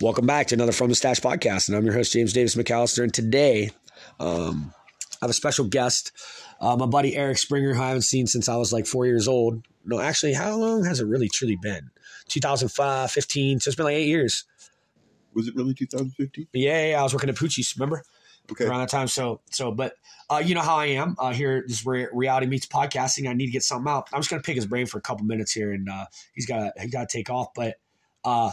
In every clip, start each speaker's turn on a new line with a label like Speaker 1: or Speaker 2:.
Speaker 1: Welcome back to another From the Stash podcast, and I'm your host James Davis McAllister. And today, um, I have a special guest, uh, my buddy Eric Springer, who I haven't seen since I was like four years old. No, actually, how long has it really truly been? 2005, 15, so it's been like eight years.
Speaker 2: Was it really 2015?
Speaker 1: But yeah, yeah, yeah, I was working at Poochie's, remember?
Speaker 2: Okay.
Speaker 1: around that time. So, so, but uh, you know how I am. Uh, here this is where reality meets podcasting. I need to get something out. I'm just gonna pick his brain for a couple minutes here, and uh, he's got he got to take off. But, uh,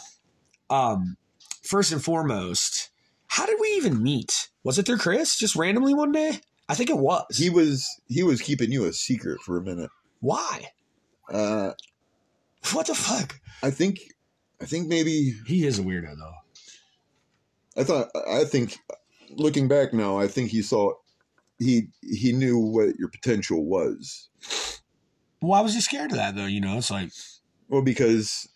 Speaker 1: um, first and foremost, how did we even meet? Was it through Chris just randomly one day? I think it was.
Speaker 2: He was he was keeping you a secret for a minute.
Speaker 1: Why?
Speaker 2: Uh,
Speaker 1: What the fuck?
Speaker 2: I think I think maybe
Speaker 1: He is a weirdo though.
Speaker 2: I thought I think looking back now, I think he saw he he knew what your potential was.
Speaker 1: Why was he scared of that though? You know, it's like
Speaker 2: Well, because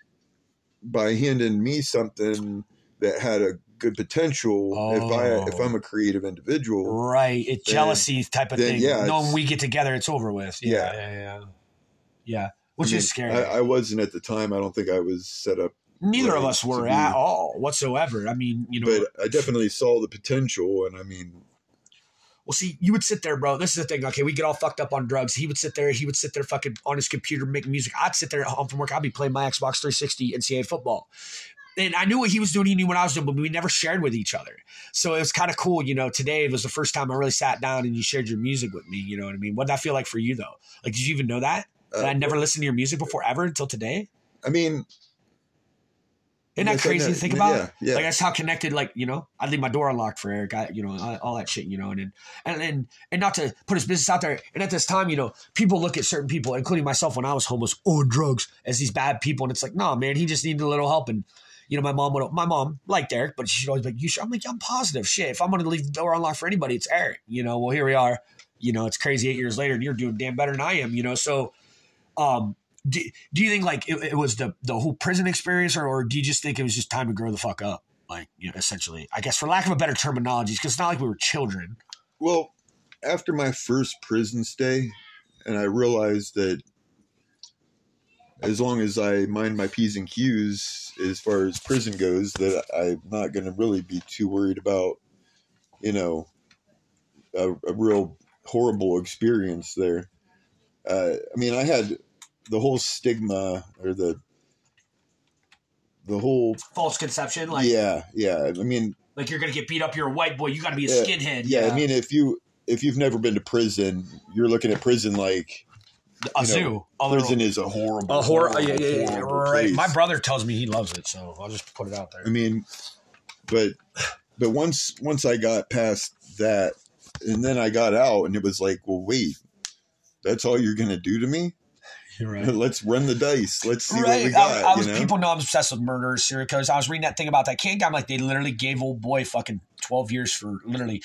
Speaker 2: by handing me something that had a good potential, if I if
Speaker 1: Oh.
Speaker 2: I'm a creative individual,
Speaker 1: right, it's
Speaker 2: Then-
Speaker 1: jealousy type of
Speaker 2: then,
Speaker 1: thing.
Speaker 2: yeah,
Speaker 1: Knowing
Speaker 2: it's-
Speaker 1: we get together, it's over with. Yeah,
Speaker 2: Yeah.
Speaker 1: yeah, yeah. yeah. Yeah. Which
Speaker 2: I mean,
Speaker 1: is scary.
Speaker 2: I, I wasn't at the time. I don't think I was set up,
Speaker 1: neither of
Speaker 2: Right,
Speaker 1: us were
Speaker 2: to be-
Speaker 1: at all whatsoever. I mean, you know,
Speaker 2: but I definitely saw the potential. And I mean,
Speaker 1: well, see, you would sit there, bro. This is the thing. Okay, we get all fucked up on drugs. He would sit there. He would sit there, fucking on his computer making music. I'd sit there at home from work. I'd be playing my Xbox 360 NCAA football. And I knew what he was doing. He knew what I was doing, but we never shared with each other. So it was kind of cool, you know. Today was the first time I really sat down and you shared your music with me. You know what I mean? What did that feel like for you though? Like, did you even know that? That I
Speaker 2: uh,
Speaker 1: never listened to your music before ever until today.
Speaker 2: I mean,
Speaker 1: Isn't that
Speaker 2: Yes, I
Speaker 1: crazy
Speaker 2: know.
Speaker 1: to think
Speaker 2: Yeah,
Speaker 1: about?
Speaker 2: Yeah,
Speaker 1: Like that's how connected. Like you know, I leave my door unlocked for Eric. I, you know, I, all that shit. You know, and then- and and and not to put his business out there. And at this time, you know, people look at certain people, including myself when I was homeless or drugs, as these bad people. And it's like, no, man, he just needed a little help. And you know, my mom would. My mom liked Eric, but she'd always be like, "You should." I'm like, I'm positive. Shit, if I'm going to leave the door unlocked for anybody, it's Eric. You know. Well, here we are. You know, it's crazy. Eight years later, and you're doing damn better than I am. You know, so. um do, do you think like it, it was the the whole prison experience or, or do you just think it was just time to grow the fuck up like you know essentially i guess for lack of a better terminology because it's not like we were children
Speaker 2: Well, after my first prison stay, and I realized that as long as I mind my P's and Q's as far as prison goes, that I'm not going to really be too worried about, you know, a, a real horrible experience there. Uh, I mean, I had the whole stigma or the the whole
Speaker 1: false conception like
Speaker 2: yeah yeah i mean
Speaker 1: like you're gonna get beat up you're a white boy you gotta be a
Speaker 2: Yeah,
Speaker 1: skinhead
Speaker 2: yeah i mean if you if you've never been to prison you're looking at prison like
Speaker 1: a
Speaker 2: you
Speaker 1: zoo
Speaker 2: know,
Speaker 1: a little-
Speaker 2: prison is a horrible,
Speaker 1: a horror yeah,
Speaker 2: horrible,
Speaker 1: yeah, yeah, yeah,
Speaker 2: horrible
Speaker 1: right
Speaker 2: place.
Speaker 1: my brother tells me he loves it so i'll just put it out there
Speaker 2: I mean, but but once once I got past that, and then I got out, and it was like, well, wait, that's all you're gonna do to me?
Speaker 1: you're right
Speaker 2: Let's run the dice. Let's see what we
Speaker 1: Right.
Speaker 2: got.
Speaker 1: I, I was,
Speaker 2: you know?
Speaker 1: People know I'm obsessed with murderers, serial killers. I was reading that thing about that kid. I'm like, they literally gave old boy fucking 12 years for literally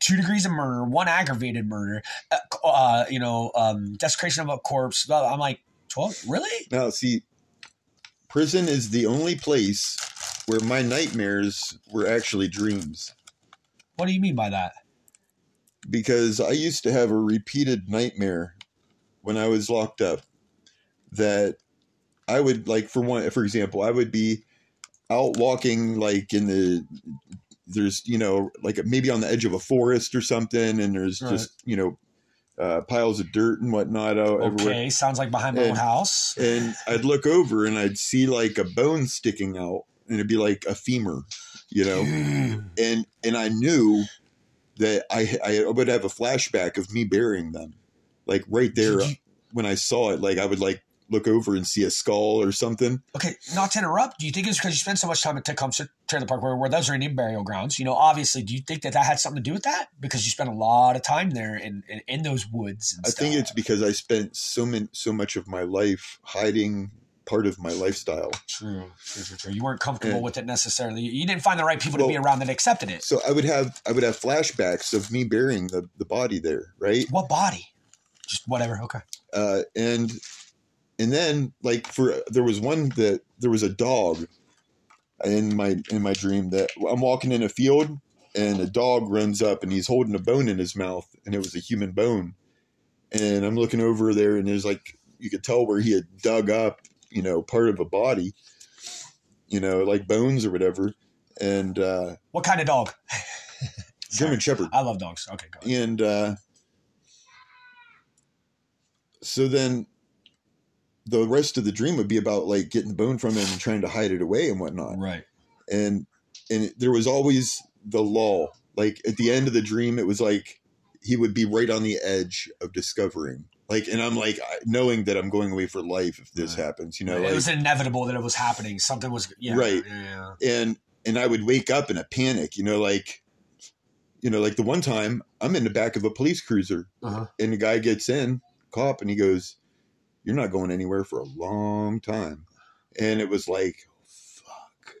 Speaker 1: two degrees of murder, one aggravated murder, uh, uh, you know, um, desecration of a corpse. I'm like, 12? Really?
Speaker 2: now see, prison is the only place where my nightmares were actually dreams.
Speaker 1: What do you mean by that?
Speaker 2: because I used to have a repeated nightmare when I was locked up that I would like for one for example I would be out walking like in the there's you know like maybe on the edge of a forest or something and there's
Speaker 1: Right.
Speaker 2: just you know uh, piles of dirt and whatnot out everywhere
Speaker 1: Okay. Sounds like behind my old
Speaker 2: And-
Speaker 1: house.
Speaker 2: and I'd look over and I'd see like a bone sticking out and it'd be like a femur you know
Speaker 1: Dude.
Speaker 2: and and I knew that I I would have a flashback of me burying them, like right there
Speaker 1: Did you-
Speaker 2: when I saw it. Like I would like look over and see a skull or something.
Speaker 1: Okay, not to interrupt. Do you think it's because you spend so much time at Tecumseh Trailer Park, where, where those are Indian burial grounds? You know, obviously, do you think that that had something to do with that? Because you spent a lot of time there and in, in, those woods. And
Speaker 2: I think
Speaker 1: stuff.
Speaker 2: it's because I spent so many so much of my life hiding part of my lifestyle.
Speaker 1: True, true, true, true. You weren't comfortable
Speaker 2: And-
Speaker 1: with it necessarily. You you didn't find the right people to be
Speaker 2: Well-
Speaker 1: around that accepted it.
Speaker 2: So I would have I would have flashbacks of me burying the the body there, right?
Speaker 1: What body? Just whatever. Okay.
Speaker 2: uh, and and then like for there was one that there was a dog in my in my dream that I'm walking in a field and a dog runs up and he's holding a bone in his mouth and it was a human bone and I'm looking over there and there's like you could tell where he had dug up you know part of a body you know like bones or whatever and uh,
Speaker 1: What kind of dog?
Speaker 2: German Shepherd.
Speaker 1: I love dogs. Okay, go. ahead.
Speaker 2: and uh, so then the rest of the dream would be about like getting the bone from him and trying to hide it away and whatnot
Speaker 1: Right.
Speaker 2: and and it- there was always the lull like at the end of the dream it was like he would be right on the edge of discovering like and i'm like I- knowing that i'm going away for life if this
Speaker 1: Right.
Speaker 2: happens you know
Speaker 1: it
Speaker 2: like,
Speaker 1: was inevitable that it was happening. Something was yeah,
Speaker 2: Right.
Speaker 1: Yeah, yeah.
Speaker 2: and and I would wake up in a panic, you know, like you know, like the one time I'm in the back of a police cruiser
Speaker 1: Uh-huh.
Speaker 2: and the guy gets in, cop, and he goes, You're not going anywhere for a long time. And it was like, fuck.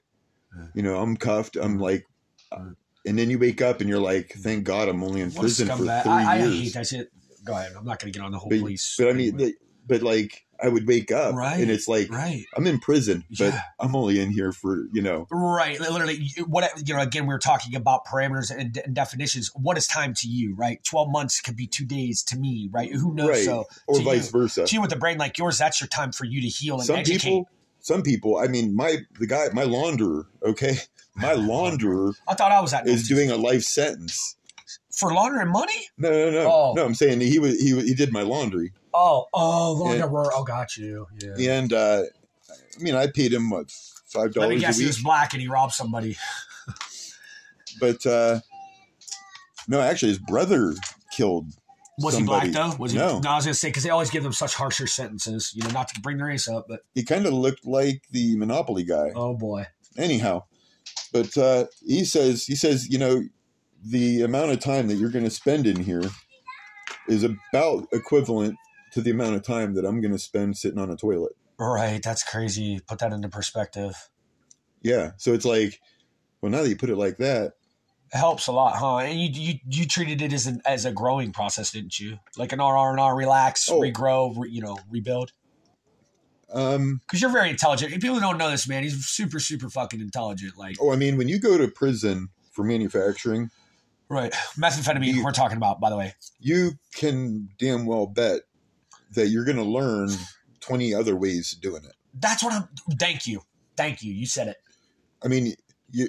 Speaker 1: Yeah. Mm-hmm.
Speaker 2: You know, I'm cuffed, I'm like uh,
Speaker 1: Yeah.
Speaker 2: and then you wake up and you're like, Thank God I'm only in
Speaker 1: What a
Speaker 2: prison for three
Speaker 1: scumbag. I, I
Speaker 2: years.
Speaker 1: hate that shit. Go ahead. I'm not going to get on the whole
Speaker 2: But-
Speaker 1: police.
Speaker 2: But I
Speaker 1: thing,
Speaker 2: mean like- but like I would wake up
Speaker 1: Right,
Speaker 2: and it's like
Speaker 1: right.
Speaker 2: I'm in prison, but
Speaker 1: Yeah.
Speaker 2: I'm only in here for, you know,
Speaker 1: Right, literally. What you know? Again, we were talking about parameters and, and definitions. What is time to you? Right, twelve months could be two days to me. Right, who knows?
Speaker 2: Right.
Speaker 1: So,
Speaker 2: or
Speaker 1: To you.
Speaker 2: vice versa.
Speaker 1: to you with a brain like yours, that's your time for you to heal and
Speaker 2: some
Speaker 1: educate.
Speaker 2: people some people i mean my the guy my launderer okay my launderer
Speaker 1: I thought I was at
Speaker 2: is doing a life sentence
Speaker 1: for laundering money.
Speaker 2: no no no
Speaker 1: Oh.
Speaker 2: no i'm saying he was he, was- he did my laundry
Speaker 1: Oh, oh,
Speaker 2: Yeah.
Speaker 1: launderer. Oh, got you. Yeah.
Speaker 2: and uh i mean i paid him what
Speaker 1: Let
Speaker 2: five
Speaker 1: me
Speaker 2: dollars
Speaker 1: guess,
Speaker 2: a
Speaker 1: he
Speaker 2: week
Speaker 1: was black and he robbed somebody.
Speaker 2: but uh no actually his brother killed
Speaker 1: Was
Speaker 2: somebody.
Speaker 1: he black though? Was he?
Speaker 2: No.
Speaker 1: I was gonna say because they always give them such harsher sentences. You know, not to bring their race up, but
Speaker 2: he kind of looked like the monopoly guy
Speaker 1: oh boy,
Speaker 2: anyhow but uh he says he says you know the amount of time that you're going to spend in here is about equivalent to the amount of time that i'm going to spend sitting on a toilet
Speaker 1: right? That's crazy. Put that into perspective.
Speaker 2: yeah so it's like well now that you put it like that
Speaker 1: It helps a lot, huh? And you you, you treated it as an as a growing process, didn't you? Like an R and R, relax,
Speaker 2: Oh.
Speaker 1: regrow, re, you know, rebuild.
Speaker 2: um
Speaker 1: Because you're very intelligent. And people don't know this, man. He's super super fucking intelligent. Like
Speaker 2: oh i mean when you go to prison for manufacturing
Speaker 1: right, methamphetamine.
Speaker 2: You-
Speaker 1: we're talking about, by the way.
Speaker 2: you can damn well bet that you're going to learn 20 other ways of doing it
Speaker 1: That's what I'm. Thank you, thank you. You said it.
Speaker 2: i mean you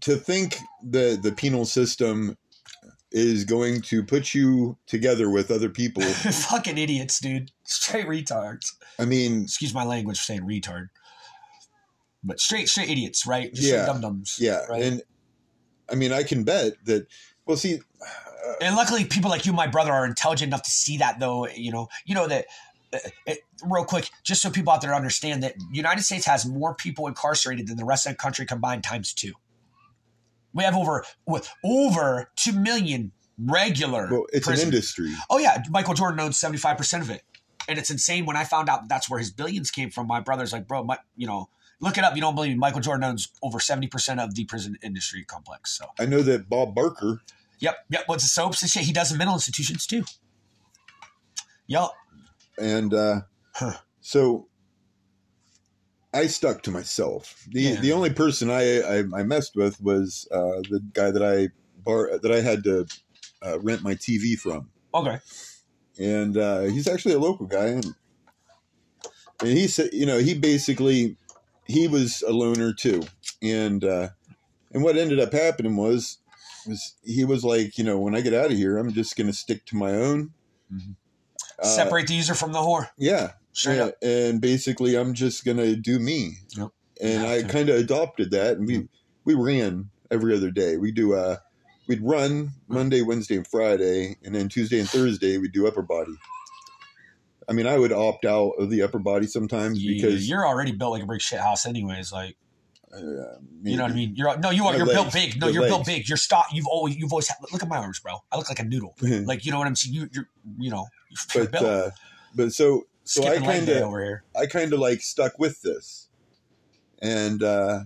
Speaker 2: to think that the penal system is going to put you together with other people
Speaker 1: fucking idiots, dude. Straight retards.
Speaker 2: I mean,
Speaker 1: Excuse my language for saying retard, but straight straight idiots, right? Just
Speaker 2: Yeah.
Speaker 1: dum dums.
Speaker 2: yeah,
Speaker 1: Right.
Speaker 2: and I mean, I can bet that. Well, see, uh,
Speaker 1: and luckily people like you and my brother are intelligent enough to see that though you know you know that uh, it, real quick just so people out there understand that the united states has more people incarcerated than the rest of the country combined times two we have over with over 2 million regular
Speaker 2: well, it's an
Speaker 1: prisoners.
Speaker 2: industry.
Speaker 1: oh yeah michael jordan owned 75% of it and it's insane when i found out that's where his billions came from my brother's like bro my, you know look it up you don't believe me michael jordan owns over 70% of the prison industry complex so
Speaker 2: I know that Bob Barker.
Speaker 1: Yep, yep. What's the soaps and shit? He does in mental institutions too. Yep.
Speaker 2: and uh,
Speaker 1: Huh.
Speaker 2: so I stuck to myself. the
Speaker 1: Yeah.
Speaker 2: The only person I I, I messed with was uh, the guy that I bar that I had to uh, rent my TV from,
Speaker 1: Okay.
Speaker 2: and uh, he's actually a local guy, and and he said, you know, he basically he was a loner too, and uh, and what ended up happening was was he was like, you know, when I get out of here, I'm just gonna stick to my own.
Speaker 1: Mhm.
Speaker 2: Uh,
Speaker 1: Separate the user from the whore.
Speaker 2: yeah,
Speaker 1: Straight
Speaker 2: yeah,
Speaker 1: up.
Speaker 2: And basically, I'm just gonna do me.
Speaker 1: Yep.
Speaker 2: And
Speaker 1: You
Speaker 2: I
Speaker 1: have to. Mm.
Speaker 2: kind of adopted that, and we we ran every other day. We do uh, we'd
Speaker 1: Mm.
Speaker 2: run Monday, Wednesday, and Friday, and then Tuesday and Thursday we do upper body. I mean, I would opt out of the upper body sometimes
Speaker 1: You-
Speaker 2: because
Speaker 1: you're already built like a brick shit house, anyways. Like
Speaker 2: uh,
Speaker 1: you know what I mean. You're no, you are.
Speaker 2: My
Speaker 1: You're built
Speaker 2: legs.
Speaker 1: big. No,
Speaker 2: My
Speaker 1: you're built
Speaker 2: legs.
Speaker 1: big. You're stock. You've always. You've always. Had, look at my arms, bro. I look like a noodle.
Speaker 2: mean.
Speaker 1: Like you know what I'm saying. You, you're. You know. You're
Speaker 2: but
Speaker 1: built.
Speaker 2: uh, but so so I
Speaker 1: Skipping leg
Speaker 2: kinda-
Speaker 1: day over here.
Speaker 2: I kind of like stuck with this, and uh,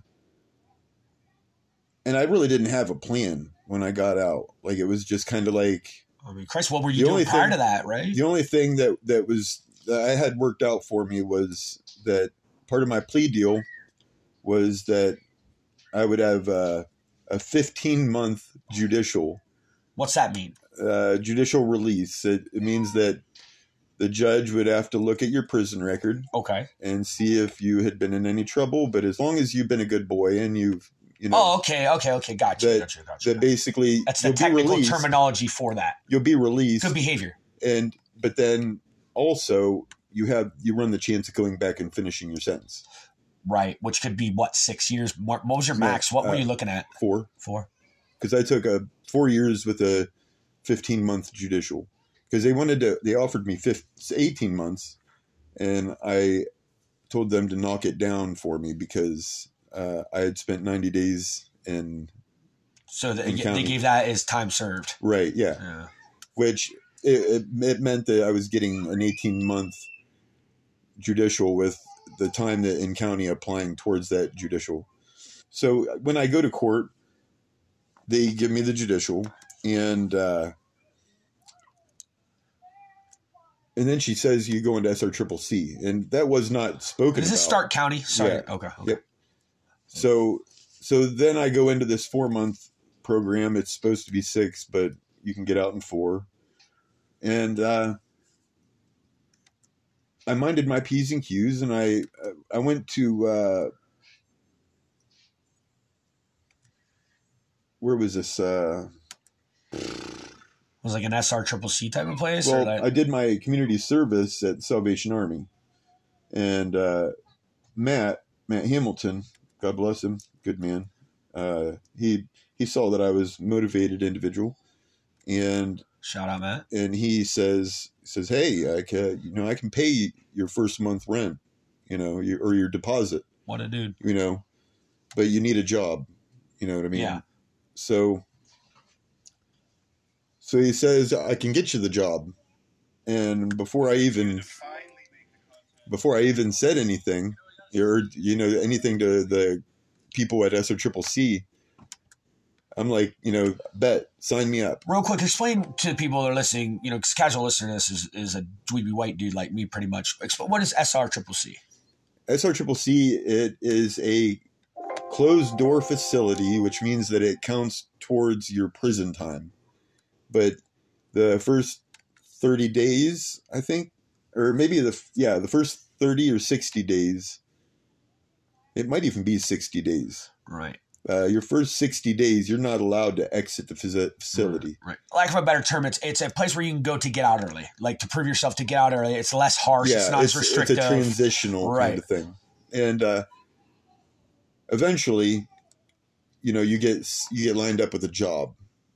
Speaker 2: and I really didn't have a plan when I got out. Like it was just kind of like
Speaker 1: I mean, Chris, what were
Speaker 2: The
Speaker 1: you
Speaker 2: only
Speaker 1: doing prior
Speaker 2: thing-
Speaker 1: to that? Right.
Speaker 2: the only thing that that was that I had worked out for me was that part of my plea deal was that I would have uh, a 15 month judicial
Speaker 1: What's that mean?
Speaker 2: uh, judicial release. It, it means that the judge would have to look at your prison record
Speaker 1: Okay.
Speaker 2: and see if you had been in any trouble. But as long as you've been a good boy and you've You know,
Speaker 1: Oh, okay, okay, okay. Gotcha,
Speaker 2: That-
Speaker 1: gotcha, gotcha.
Speaker 2: that basically
Speaker 1: That's the
Speaker 2: you'll be
Speaker 1: technical
Speaker 2: released.
Speaker 1: terminology for that.
Speaker 2: You'll be released,
Speaker 1: Good behavior.
Speaker 2: and but then also you have you run the chance of going back and finishing your sentence.
Speaker 1: Right, which could be what six years. Mar- What was your
Speaker 2: Yeah,
Speaker 1: max? What were
Speaker 2: uh,
Speaker 1: you looking at
Speaker 2: Four,
Speaker 1: for?
Speaker 2: because I took a four years with a fifteen month judicial because they wanted to. They offered me fif- eighteen months, and I told them to knock it down for me because uh, I had spent ninety days and
Speaker 1: So the,
Speaker 2: and
Speaker 1: they
Speaker 2: counting.
Speaker 1: gave that as time served. Uh,
Speaker 2: right, yeah.
Speaker 1: Yeah.
Speaker 2: which it, it, it meant that I was getting an 18 month judicial with the time that in county applying towards that judicial. So when I go to court, they give me the judicial and, uh, and then she says you go into SR triple C and that was not spoken.
Speaker 1: Does this
Speaker 2: about.
Speaker 1: Stark County? Sorry.
Speaker 2: Yeah.
Speaker 1: Okay. okay.
Speaker 2: Yep. So so then I go into this four month program. It's supposed to be six, but you can get out in four. And uh, I minded my p's and q's, and I I went to uh, where was this? Uh,
Speaker 1: Was it like an SR triple C type of place, or
Speaker 2: well,
Speaker 1: like,
Speaker 2: I did my community service at Salvation Army, and uh, Matt Matt Hamilton, God bless him, good man. Uh, he he saw that I was motivated individual, and
Speaker 1: shout out Matt.
Speaker 2: and he says says Hey, I can you know I can pay your first month rent, you know, your, or your deposit,
Speaker 1: What a dude.
Speaker 2: you know, but you need a job, you know what I mean?
Speaker 1: Yeah.
Speaker 2: So, so he says, "I can get you the job," and before I even before I even said anything, or you know anything to the people at SO Triple C, I'm like, you know, bet sign me up.
Speaker 1: Real quick, explain to people that are listening. You know, 'cause casual listener to this is, is a dweeby white dude like me, pretty much. Expl- What is SR triple C?
Speaker 2: SO Triple C it is a closed door facility, which means that it counts towards your prison time, but the first 30 days, I think, or maybe the yeah, the first 30 or 60 days. It might even be 60 days.
Speaker 1: Right.
Speaker 2: Uh, your first 60 days, you're not allowed to exit the faci- facility.
Speaker 1: Right. Lack of a better term, it's it's a place where you can go to get out early, like to prove yourself to get out early. It's less harsh. it's not as restrictive.
Speaker 2: a transitional kind
Speaker 1: Right.
Speaker 2: of thing. And uh, eventually, you know, you get s- you get lined up with a job.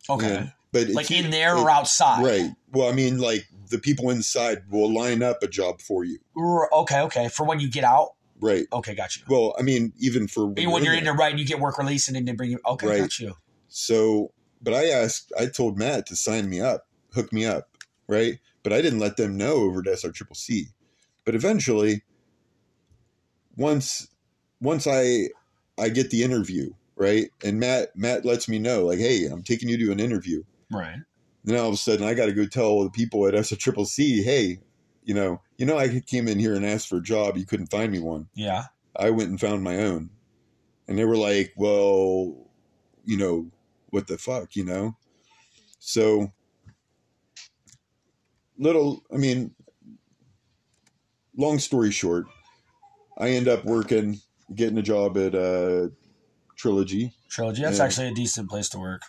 Speaker 1: okay.
Speaker 2: And- but
Speaker 1: Like
Speaker 2: it's-
Speaker 1: in there
Speaker 2: it-
Speaker 1: or outside.
Speaker 2: Right. Well, I mean, like the people inside will line up a job for you.
Speaker 1: R- Okay. Okay. For when you get out.
Speaker 2: Right.
Speaker 1: Okay. Got you.
Speaker 2: Well, I mean, even for
Speaker 1: When, when you're in
Speaker 2: there.
Speaker 1: there, right, and you get work release, and then they bring you. Okay.
Speaker 2: Right.
Speaker 1: Got you.
Speaker 2: So, but I asked, I told Matt to sign me up, hook me up, right? But I didn't let them know over to SR Triple C. But eventually, once once I I get the interview, right, and Matt Matt lets me know, like, hey, I'm taking you to an interview.
Speaker 1: Right.
Speaker 2: Then all of a sudden, I got to go tell the people at SR Triple C, hey, you know, you know, I came in here and asked for a job, you couldn't find me one.
Speaker 1: Yeah.
Speaker 2: I went and found my own. And they were like, well, you know, what the fuck, you know? So, little, I mean, long story short, I end up working, getting a job at uh, Trilogy.
Speaker 1: Trilogy. That's
Speaker 2: Yeah.
Speaker 1: actually a decent place to work.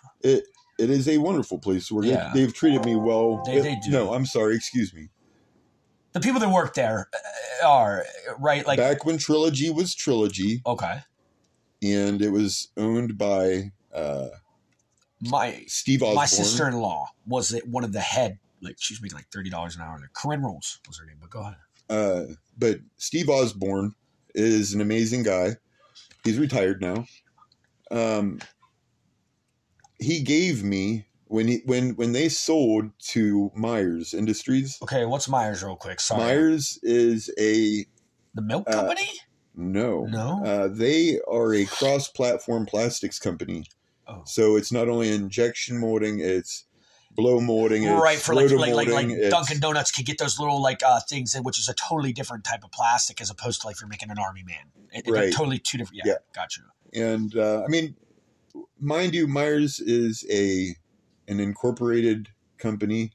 Speaker 2: It is a wonderful place where
Speaker 1: Yeah.
Speaker 2: they, have treated me well.
Speaker 1: They- they do.
Speaker 2: No, I'm sorry, excuse me.
Speaker 1: The people that work there uh, are right. Like
Speaker 2: Back when Trilogy was Trilogy
Speaker 1: okay,
Speaker 2: and it was owned by uh,
Speaker 1: my
Speaker 2: Steve Osborne.
Speaker 1: my sister in law was it one of the head. Like she was making like thirty dollars an hour. Like Corinne Rolls was her name. But go ahead.
Speaker 2: uh, but Steve Osborne is an amazing guy. He's retired now. Um, he gave me when he when when they sold to Myers Industries.
Speaker 1: Okay, what's Myers real quick? Sorry,
Speaker 2: Myers is a
Speaker 1: the milk
Speaker 2: uh,
Speaker 1: company.
Speaker 2: no.
Speaker 1: no.
Speaker 2: Uh, they are a cross-platform plastics company,
Speaker 1: oh.
Speaker 2: so it's not only injection molding, it's blow molding, it's
Speaker 1: Right for like like like,
Speaker 2: rotomolding,
Speaker 1: like
Speaker 2: it's-
Speaker 1: Dunkin' Donuts could get those little like uh things, in, which is a totally different type of plastic as opposed to like if you're making an army man. It, they're
Speaker 2: Right.
Speaker 1: Totally two different. Yeah,
Speaker 2: Yeah.
Speaker 1: Got you.
Speaker 2: and uh, I mean, mind you, Myers is a an incorporated company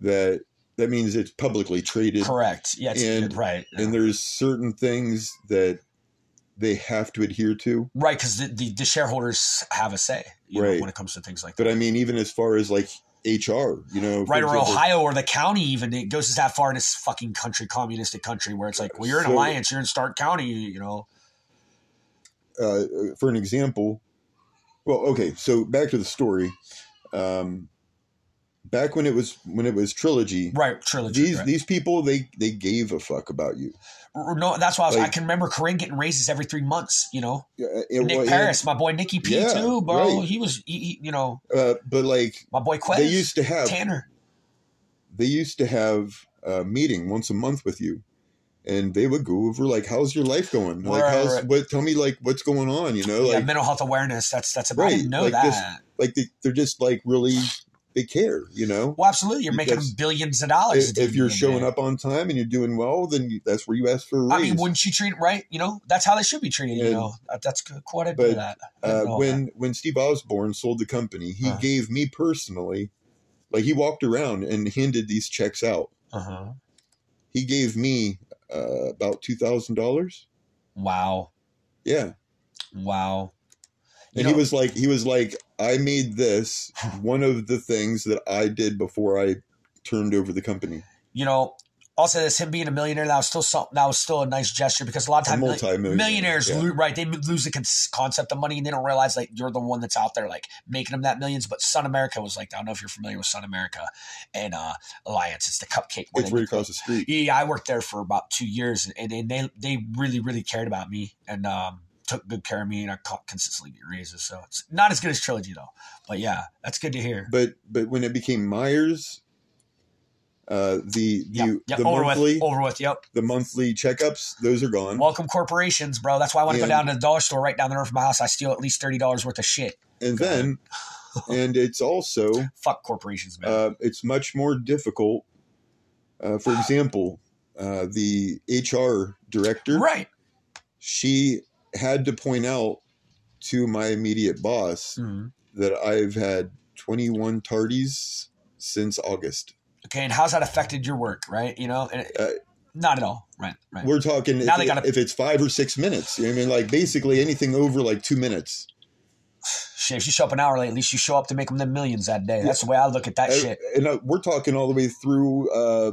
Speaker 2: that that means it's publicly traded,
Speaker 1: Correct. Yeah. It's,
Speaker 2: And-
Speaker 1: right.
Speaker 2: and there's certain things that they have to adhere to.
Speaker 1: right? Because the, the, the shareholders have a say, you know,
Speaker 2: Right.
Speaker 1: when it comes to things like that.
Speaker 2: But I mean, even as far as like HR, you know, for
Speaker 1: right or
Speaker 2: example,
Speaker 1: Ohio or the county even it goes that far in this fucking country, communistic country, where it's like, well, you're in
Speaker 2: So-
Speaker 1: alliance, you're in Stark County, you know.
Speaker 2: uh, for an example, well, okay, so back to the story. Um, back when it was when it was trilogy,
Speaker 1: Right, trilogy.
Speaker 2: these
Speaker 1: right.
Speaker 2: these people they they gave a fuck about you.
Speaker 1: R- no, that's why I, was, I
Speaker 2: like-
Speaker 1: can remember Corinne getting raises every three months. You know,
Speaker 2: Yeah, it-
Speaker 1: Nick
Speaker 2: well, and,
Speaker 1: Paris, my boy Nicky P
Speaker 2: Yeah,
Speaker 1: too, bro.
Speaker 2: right.
Speaker 1: He was, he, he- you know,
Speaker 2: uh, but like
Speaker 1: my boy Quest,
Speaker 2: they used to have
Speaker 1: Tanner.
Speaker 2: they used to have a meeting once a month with you and they would go over like how's your life going like
Speaker 1: Right,
Speaker 2: how's
Speaker 1: right.
Speaker 2: what tell me like what's going on you know
Speaker 1: yeah,
Speaker 2: like
Speaker 1: mental health awareness. That's that's about. I didn't
Speaker 2: Right,
Speaker 1: know
Speaker 2: like
Speaker 1: that.
Speaker 2: this- like they, they're just like really they care you know
Speaker 1: well, absolutely. You're making
Speaker 2: Because
Speaker 1: them billions of dollars. at
Speaker 2: if,
Speaker 1: the
Speaker 2: if
Speaker 1: end
Speaker 2: you're
Speaker 1: of the
Speaker 2: showing
Speaker 1: day.
Speaker 2: up on time and you're doing well then you, that's where you ask for a
Speaker 1: I
Speaker 2: raise
Speaker 1: mean, wouldn't you treat right? You know, that's how they should be treated. you
Speaker 2: And-
Speaker 1: know, That- that's good. Quite a
Speaker 2: but,
Speaker 1: bit of that. I didn't
Speaker 2: uh,
Speaker 1: know that.
Speaker 2: when when steve osborne sold the company he
Speaker 1: oh, Uh-huh.
Speaker 2: gave me personally like he walked around and handed these checks out
Speaker 1: Uh-huh.
Speaker 2: he gave me uh, about $2000
Speaker 1: Wow.
Speaker 2: yeah
Speaker 1: Wow. You
Speaker 2: And
Speaker 1: know,
Speaker 2: he was like, he was like, I made this one of the things that I did before I turned over the company.
Speaker 1: you know, I'll say this: him being a millionaire, that was still something. That was still a nice gesture because a lot of
Speaker 2: A
Speaker 1: times
Speaker 2: multi-millionaire.
Speaker 1: millionaires,
Speaker 2: yeah.
Speaker 1: lo- right? They lose the cons- concept of money and they don't realize like you're the one that's out there like making them that millions. But Sun America was like, I don't know if you're familiar with Sun America and uh, Alliance. It's the cupcake. where
Speaker 2: It's
Speaker 1: they
Speaker 2: right
Speaker 1: get the-
Speaker 2: across the street.
Speaker 1: Yeah, I worked there for about two years, and, and they they really really cared about me and um, took good care of me, and I co- consistently get raises. So it's not as good as trilogy though, but yeah, that's good to hear.
Speaker 2: But but when it became Myers, uh, the the
Speaker 1: Yep, yep,
Speaker 2: the
Speaker 1: over
Speaker 2: monthly
Speaker 1: with, over Oh, with. Yep.
Speaker 2: the monthly checkups, those are gone.
Speaker 1: Welcome corporations, bro. That's why I want to go
Speaker 2: And-
Speaker 1: down to the dollar store right down the road from my house. I steal at least thirty dollars worth of shit.
Speaker 2: and
Speaker 1: God.
Speaker 2: then, and it's also
Speaker 1: Fuck corporations, man.
Speaker 2: uh, it's much more difficult. Uh, for example, uh, the HR director,
Speaker 1: right.
Speaker 2: she had to point out to my immediate boss
Speaker 1: Mhm.
Speaker 2: that I've had 21 tardies since August.
Speaker 1: Okay, and how's that affected your work? Right. You know, and
Speaker 2: Uh,
Speaker 1: not at all. Right. Right.
Speaker 2: We're talking
Speaker 1: Now
Speaker 2: if,
Speaker 1: they gotta-
Speaker 2: if it's five or six minutes. You know what I mean, like basically anything over like two minutes.
Speaker 1: Shit, if you show up an hour late, at least you show up to make them the millions that day. That's the way I look at that
Speaker 2: Uh,
Speaker 1: shit.
Speaker 2: And uh, we're talking all the way through uh,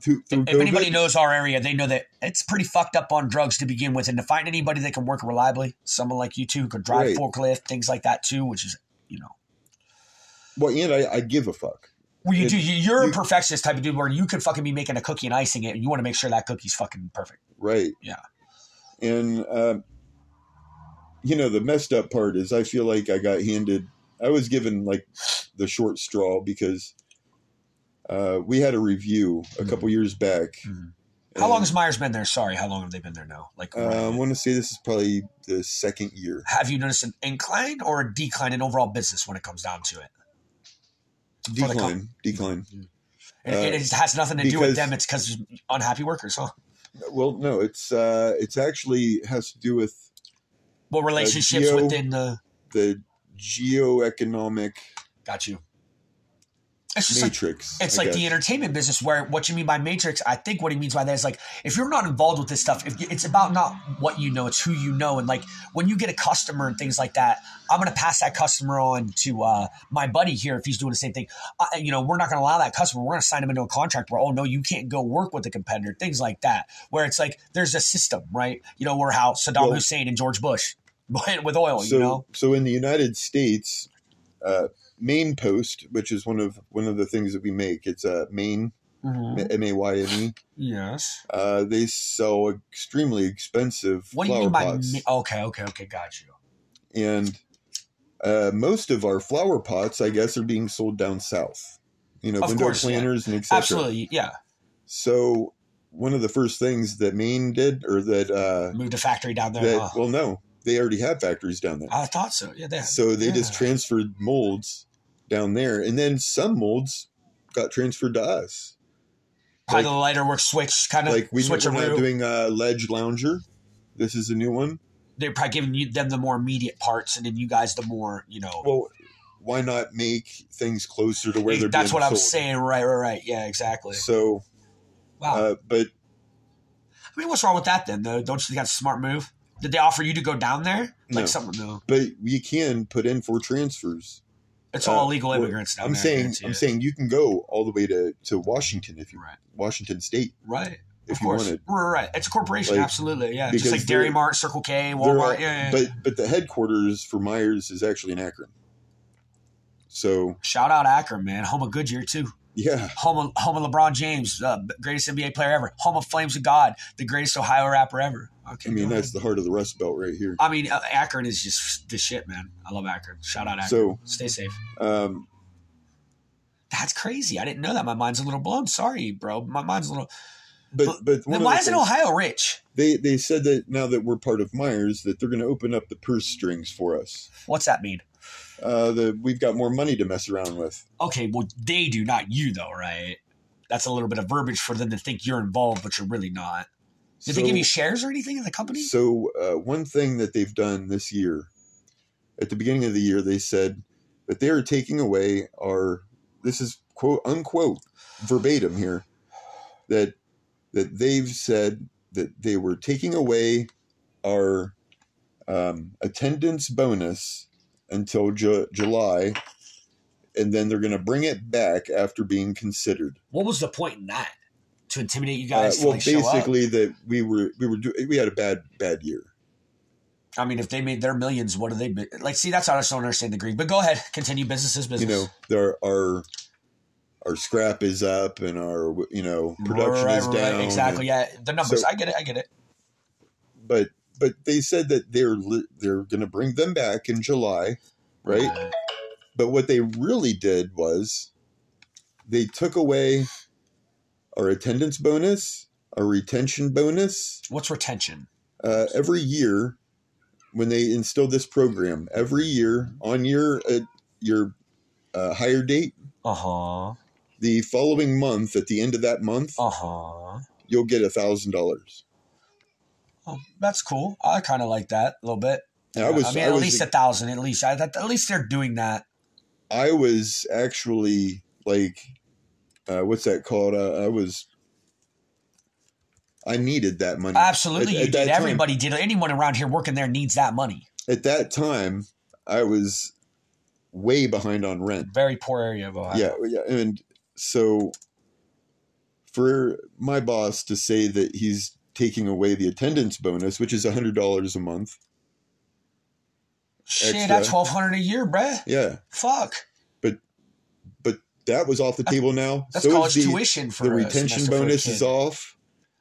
Speaker 2: through, through
Speaker 1: if anybody
Speaker 2: COVID.
Speaker 1: knows our area, they know that it's pretty fucked up on drugs to begin with. And to find anybody that can work reliably, someone like you two who could drive
Speaker 2: Right.
Speaker 1: forklift, things like that too, which is you know.
Speaker 2: well, and I, I give a fuck.
Speaker 1: Well, you
Speaker 2: It-
Speaker 1: do. You, you're a
Speaker 2: you-
Speaker 1: perfectionist type of dude where you could fucking be making a cookie and icing it, and you want to make sure that cookie's fucking perfect.
Speaker 2: Right.
Speaker 1: Yeah.
Speaker 2: And um, you know the messed up part is I feel like I got handed. I was given like the short straw because uh, we had a review a
Speaker 1: Mhm.
Speaker 2: couple years back.
Speaker 1: How long
Speaker 2: and-
Speaker 1: has Myers been there? Sorry, how long have they been there now? Like,
Speaker 2: Uh, I
Speaker 1: running it?
Speaker 2: want to say this is probably the second year.
Speaker 1: have you noticed an incline or a decline in overall business when it comes down to it? the
Speaker 2: Decline, decline.
Speaker 1: It,
Speaker 2: Uh,
Speaker 1: it is- has nothing to do with
Speaker 2: because-
Speaker 1: them. It's because unhappy workers, huh?
Speaker 2: Well, no, it's uh, it's actually has to do with Uh,
Speaker 1: Well, relationships
Speaker 2: geo-
Speaker 1: within the
Speaker 2: the geoeconomic
Speaker 1: Got you. It's just like,
Speaker 2: matrix.
Speaker 1: it's
Speaker 2: I
Speaker 1: like the
Speaker 2: guess.
Speaker 1: entertainment business where what you mean by matrix, I think what he means by that is like if you're not involved with this stuff, if you, it's about not what you know, it's who you know. And like when you get a customer and things like that, I'm going to pass that customer on to uh, my buddy here if he's doing the same thing. I, you know, we're not going to allow that customer. We're going to sign him into a contract where, oh, no, you can't go work with the competitor, things like that, where it's like there's a system, right? You know, where how Saddam
Speaker 2: Well-
Speaker 1: Hussein and George Bush went with oil,
Speaker 2: so,
Speaker 1: you know?
Speaker 2: so in the United States, uh, Maine Post, which is one of one of the things that we make, it's uh, Maine M A Y N E.
Speaker 1: Yes.
Speaker 2: Uh, They sell extremely expensive
Speaker 1: What do you
Speaker 2: flower
Speaker 1: mean by
Speaker 2: pots,
Speaker 1: ma- okay, okay, okay, got you.
Speaker 2: and uh, most of our flower pots, I guess, are being sold down south. You know,
Speaker 1: Of
Speaker 2: window
Speaker 1: course, yeah.
Speaker 2: planters and etc.
Speaker 1: Absolutely, yeah.
Speaker 2: So one of the first things that Maine did, or that uh,
Speaker 1: Moved a factory down there.
Speaker 2: that
Speaker 1: huh?
Speaker 2: well, no, they already have factories down there,
Speaker 1: I thought so. Yeah, they,
Speaker 2: so they just
Speaker 1: yeah.
Speaker 2: transferred molds down there, and then some molds got transferred to us.
Speaker 1: probably the lighter work switch kind of
Speaker 2: Like we, we're
Speaker 1: switcheroo.
Speaker 2: not doing uh, ledge lounger. This is a new one.
Speaker 1: They're probably giving you, them the more immediate parts, and then you guys the more you know.
Speaker 2: Well, why not make things closer to where they're?
Speaker 1: that's
Speaker 2: being
Speaker 1: what I'm
Speaker 2: sold?
Speaker 1: saying. Right, right, right. Yeah, exactly.
Speaker 2: So,
Speaker 1: Wow.
Speaker 2: uh, but
Speaker 1: Ah. I mean, what's wrong with that then? Though, don't you think that's a smart move? Did they offer you to go down there? Like
Speaker 2: No.
Speaker 1: something? No,
Speaker 2: But you can put in for transfers.
Speaker 1: it's all
Speaker 2: Uh,
Speaker 1: illegal
Speaker 2: well,
Speaker 1: immigrants down
Speaker 2: I'm
Speaker 1: there. I
Speaker 2: saying
Speaker 1: guarantee
Speaker 2: I'm
Speaker 1: it.
Speaker 2: saying you can go all the way to, to Washington if you
Speaker 1: Right.
Speaker 2: Washington State
Speaker 1: right.
Speaker 2: if
Speaker 1: of
Speaker 2: you
Speaker 1: course,
Speaker 2: wanted.
Speaker 1: right, right. It's a corporation,
Speaker 2: Like,
Speaker 1: absolutely. Yeah, just
Speaker 2: because
Speaker 1: like Dairy
Speaker 2: they're-
Speaker 1: Mart, Circle K,
Speaker 2: They're
Speaker 1: Walmart.
Speaker 2: all-
Speaker 1: yeah, yeah, yeah.
Speaker 2: But but the headquarters for Myers is actually in Akron. So
Speaker 1: Shout out Akron, man. Home of Goodyear too.
Speaker 2: yeah,
Speaker 1: Home of, home of LeBron James, uh, greatest NBA player ever. Home of Flames of God, the greatest Ohio rapper ever. Okay,
Speaker 2: I mean
Speaker 1: go
Speaker 2: that's
Speaker 1: ahead.
Speaker 2: the heart of the Rust Belt right here.
Speaker 1: I mean, uh, Akron is just the shit, man. I love Akron. Shout out Akron.
Speaker 2: So
Speaker 1: Stay safe.
Speaker 2: um,
Speaker 1: That's crazy. I didn't know that. My mind's a little blown. Sorry, bro. My mind's a little.
Speaker 2: but but one
Speaker 1: Then
Speaker 2: of
Speaker 1: why
Speaker 2: the
Speaker 1: isn't
Speaker 2: things-
Speaker 1: Ohio rich?
Speaker 2: they they said that now that we're part of Myers that they're going to open up the purse strings for us.
Speaker 1: What's that mean?
Speaker 2: Uh, the we've got more money to mess around with.
Speaker 1: Okay, well they do, not you though, right? That's a little bit of verbiage for them to think you're involved, but you're really not. Did
Speaker 2: So-
Speaker 1: they give you shares or anything in the company?
Speaker 2: So uh, one thing that they've done this year, at the beginning of the year, they said that they are taking away our. This is quote unquote verbatim here, that that they've said that they were taking away our um, attendance bonus until Ju- July, and then they're going to bring it back after being considered.
Speaker 1: What was the point in that? To intimidate you
Speaker 2: Uh,
Speaker 1: guys? to,
Speaker 2: well,
Speaker 1: like, show up?
Speaker 2: basically that we were we were do- we had a bad bad year.
Speaker 1: I mean, if they made their millions, what do they be- like? See, that's how I just don't understand the Greek. But go ahead, continue. Business is business.
Speaker 2: you know there our our scrap is up and our you know production
Speaker 1: Right,
Speaker 2: is
Speaker 1: right,
Speaker 2: down
Speaker 1: Exactly.
Speaker 2: and-
Speaker 1: Yeah, the numbers.
Speaker 2: So-
Speaker 1: I get it. I get it.
Speaker 2: but but they said that they're li- they're going to bring them back in July right but what they really did was they took away our attendance bonus our retention bonus
Speaker 1: What's retention?
Speaker 2: uh, every year when they instilled this program every year on your uh, your uh, hire date
Speaker 1: Uh huh.
Speaker 2: the following month at the end of that month
Speaker 1: Uh huh.
Speaker 2: you'll get a thousand dollars.
Speaker 1: Oh, that's cool. I kind of like that a little bit.
Speaker 2: And I was,
Speaker 1: I
Speaker 2: I,
Speaker 1: mean, at
Speaker 2: was,
Speaker 1: least a thousand. At least, I, that, at least they're doing that.
Speaker 2: I was actually like, uh, what's that called? Uh, I was, I needed that money.
Speaker 1: Absolutely,
Speaker 2: At-
Speaker 1: you
Speaker 2: at that
Speaker 1: did.
Speaker 2: time-
Speaker 1: Everybody did. Anyone around here working there needs that money.
Speaker 2: At that time, I was way behind on rent.
Speaker 1: Very poor area of Ohio.
Speaker 2: Yeah, yeah, and so for my boss to say that he's taking away the attendance bonus, which is a hundred dollars a month,
Speaker 1: Shit,
Speaker 2: Extra.
Speaker 1: that's twelve hundred a year, bruh.
Speaker 2: yeah,
Speaker 1: Fuck.
Speaker 2: that was off the table now.
Speaker 1: That's
Speaker 2: So is
Speaker 1: college
Speaker 2: the-
Speaker 1: tuition for
Speaker 2: the
Speaker 1: a
Speaker 2: retention
Speaker 1: semester for a
Speaker 2: bonus
Speaker 1: kid.
Speaker 2: is off.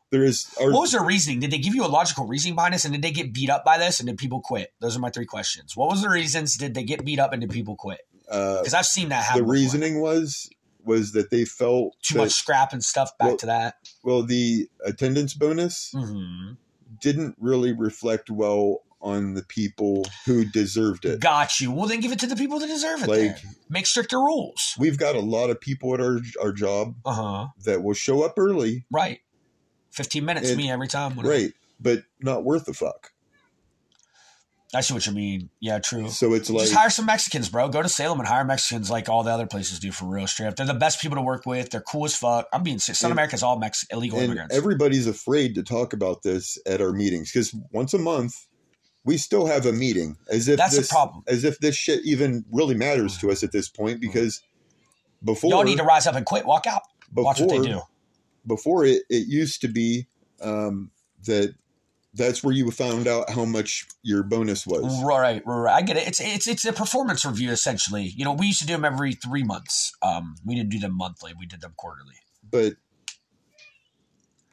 Speaker 2: There is our,
Speaker 1: What was their reasoning? Did they give you a logical reasoning behind this? And did they get beat up by this? And did people quit? Those are my three questions. What was the reasons? Did they get beat up and did people quit?
Speaker 2: uh,
Speaker 1: Because I've seen that happen.
Speaker 2: the
Speaker 1: before.
Speaker 2: reasoning was was that they felt
Speaker 1: too
Speaker 2: that,
Speaker 1: much scrap and stuff. Back
Speaker 2: Well-
Speaker 1: to that.
Speaker 2: Well, the attendance bonus
Speaker 1: hmm
Speaker 2: didn't really reflect well on the people who deserved it.
Speaker 1: Got you. Well, then give it to the people that deserve it.
Speaker 2: Like
Speaker 1: then. Make stricter rules.
Speaker 2: we've got a lot of people at our our job
Speaker 1: Uh huh.
Speaker 2: that will show up early,
Speaker 1: Right. Fifteen minutes,
Speaker 2: And-
Speaker 1: me every time. whatever.
Speaker 2: right? But not worth a fuck.
Speaker 1: I see what you mean. Yeah, true.
Speaker 2: So it's like
Speaker 1: Just hire some Mexicans, bro. Go to Salem and hire Mexicans like all the other places do for real straight up. They're the best people to work with. They're cool as fuck. I'm being serious. South
Speaker 2: And-
Speaker 1: America's all Mex- illegal
Speaker 2: and
Speaker 1: immigrants.
Speaker 2: everybody's afraid to talk about this at our meetings because once a month we still have a meeting as if
Speaker 1: That's the
Speaker 2: this,
Speaker 1: problem.
Speaker 2: as if this shit even really matters to us at this point because before
Speaker 1: Mm-hmm. Y'all need to rise up and quit. Walk out.
Speaker 2: before
Speaker 1: Watch what they do.
Speaker 2: before it, it used to be um, that that's where you found out how much your bonus was
Speaker 1: Right, right, right. I get it. It's it's it's a performance review essentially. You know, we used to do them every three months. Um, we didn't do them monthly. We did them quarterly.
Speaker 2: but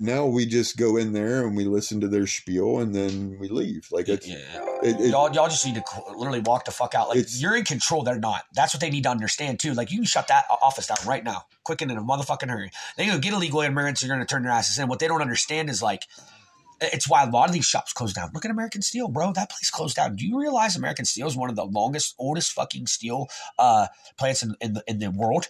Speaker 2: now we just go in there and we listen to their spiel and then we leave like it's
Speaker 1: Yeah.
Speaker 2: it- it-
Speaker 1: y'all, y'all just need to qu- literally walk the fuck out. Like
Speaker 2: It's-
Speaker 1: you're in control. They're not. That's what they need to understand too. Like you can shut that o- office down right now, quick and in a motherfucking hurry. They go get illegal immigrants. You're going to turn their asses in. What they don't understand is like. i- It's why a lot of these shops close down. Look at American Steel, bro. That place closed down. Do you realize American Steel is one of the longest, oldest fucking steel uh, plants in, in the in the world?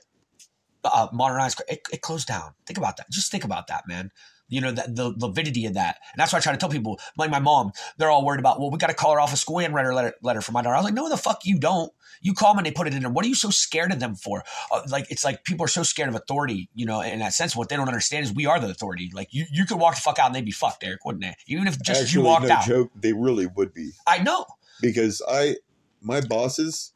Speaker 1: Uh, modernized. It, it closed down. Think about that. Just think about that, man. you know, that the lividity of that. And that's why I try to tell people, like my mom, they're all worried about, well, we got to call her off of school and write her a letter, letter for my daughter. I was like, no, the fuck you don't. You call them and they put it in there. What are you so scared of them for? Uh, like, it's like people are so scared of authority, you know, in that sense. What they don't understand is we are the authority. Like, you, you could walk the fuck out and they'd be fucked, Eric, wouldn't they? Even if just
Speaker 2: Actually,
Speaker 1: you walked
Speaker 2: no
Speaker 1: out.
Speaker 2: joke. They really would be
Speaker 1: I know.
Speaker 2: because I, my bosses,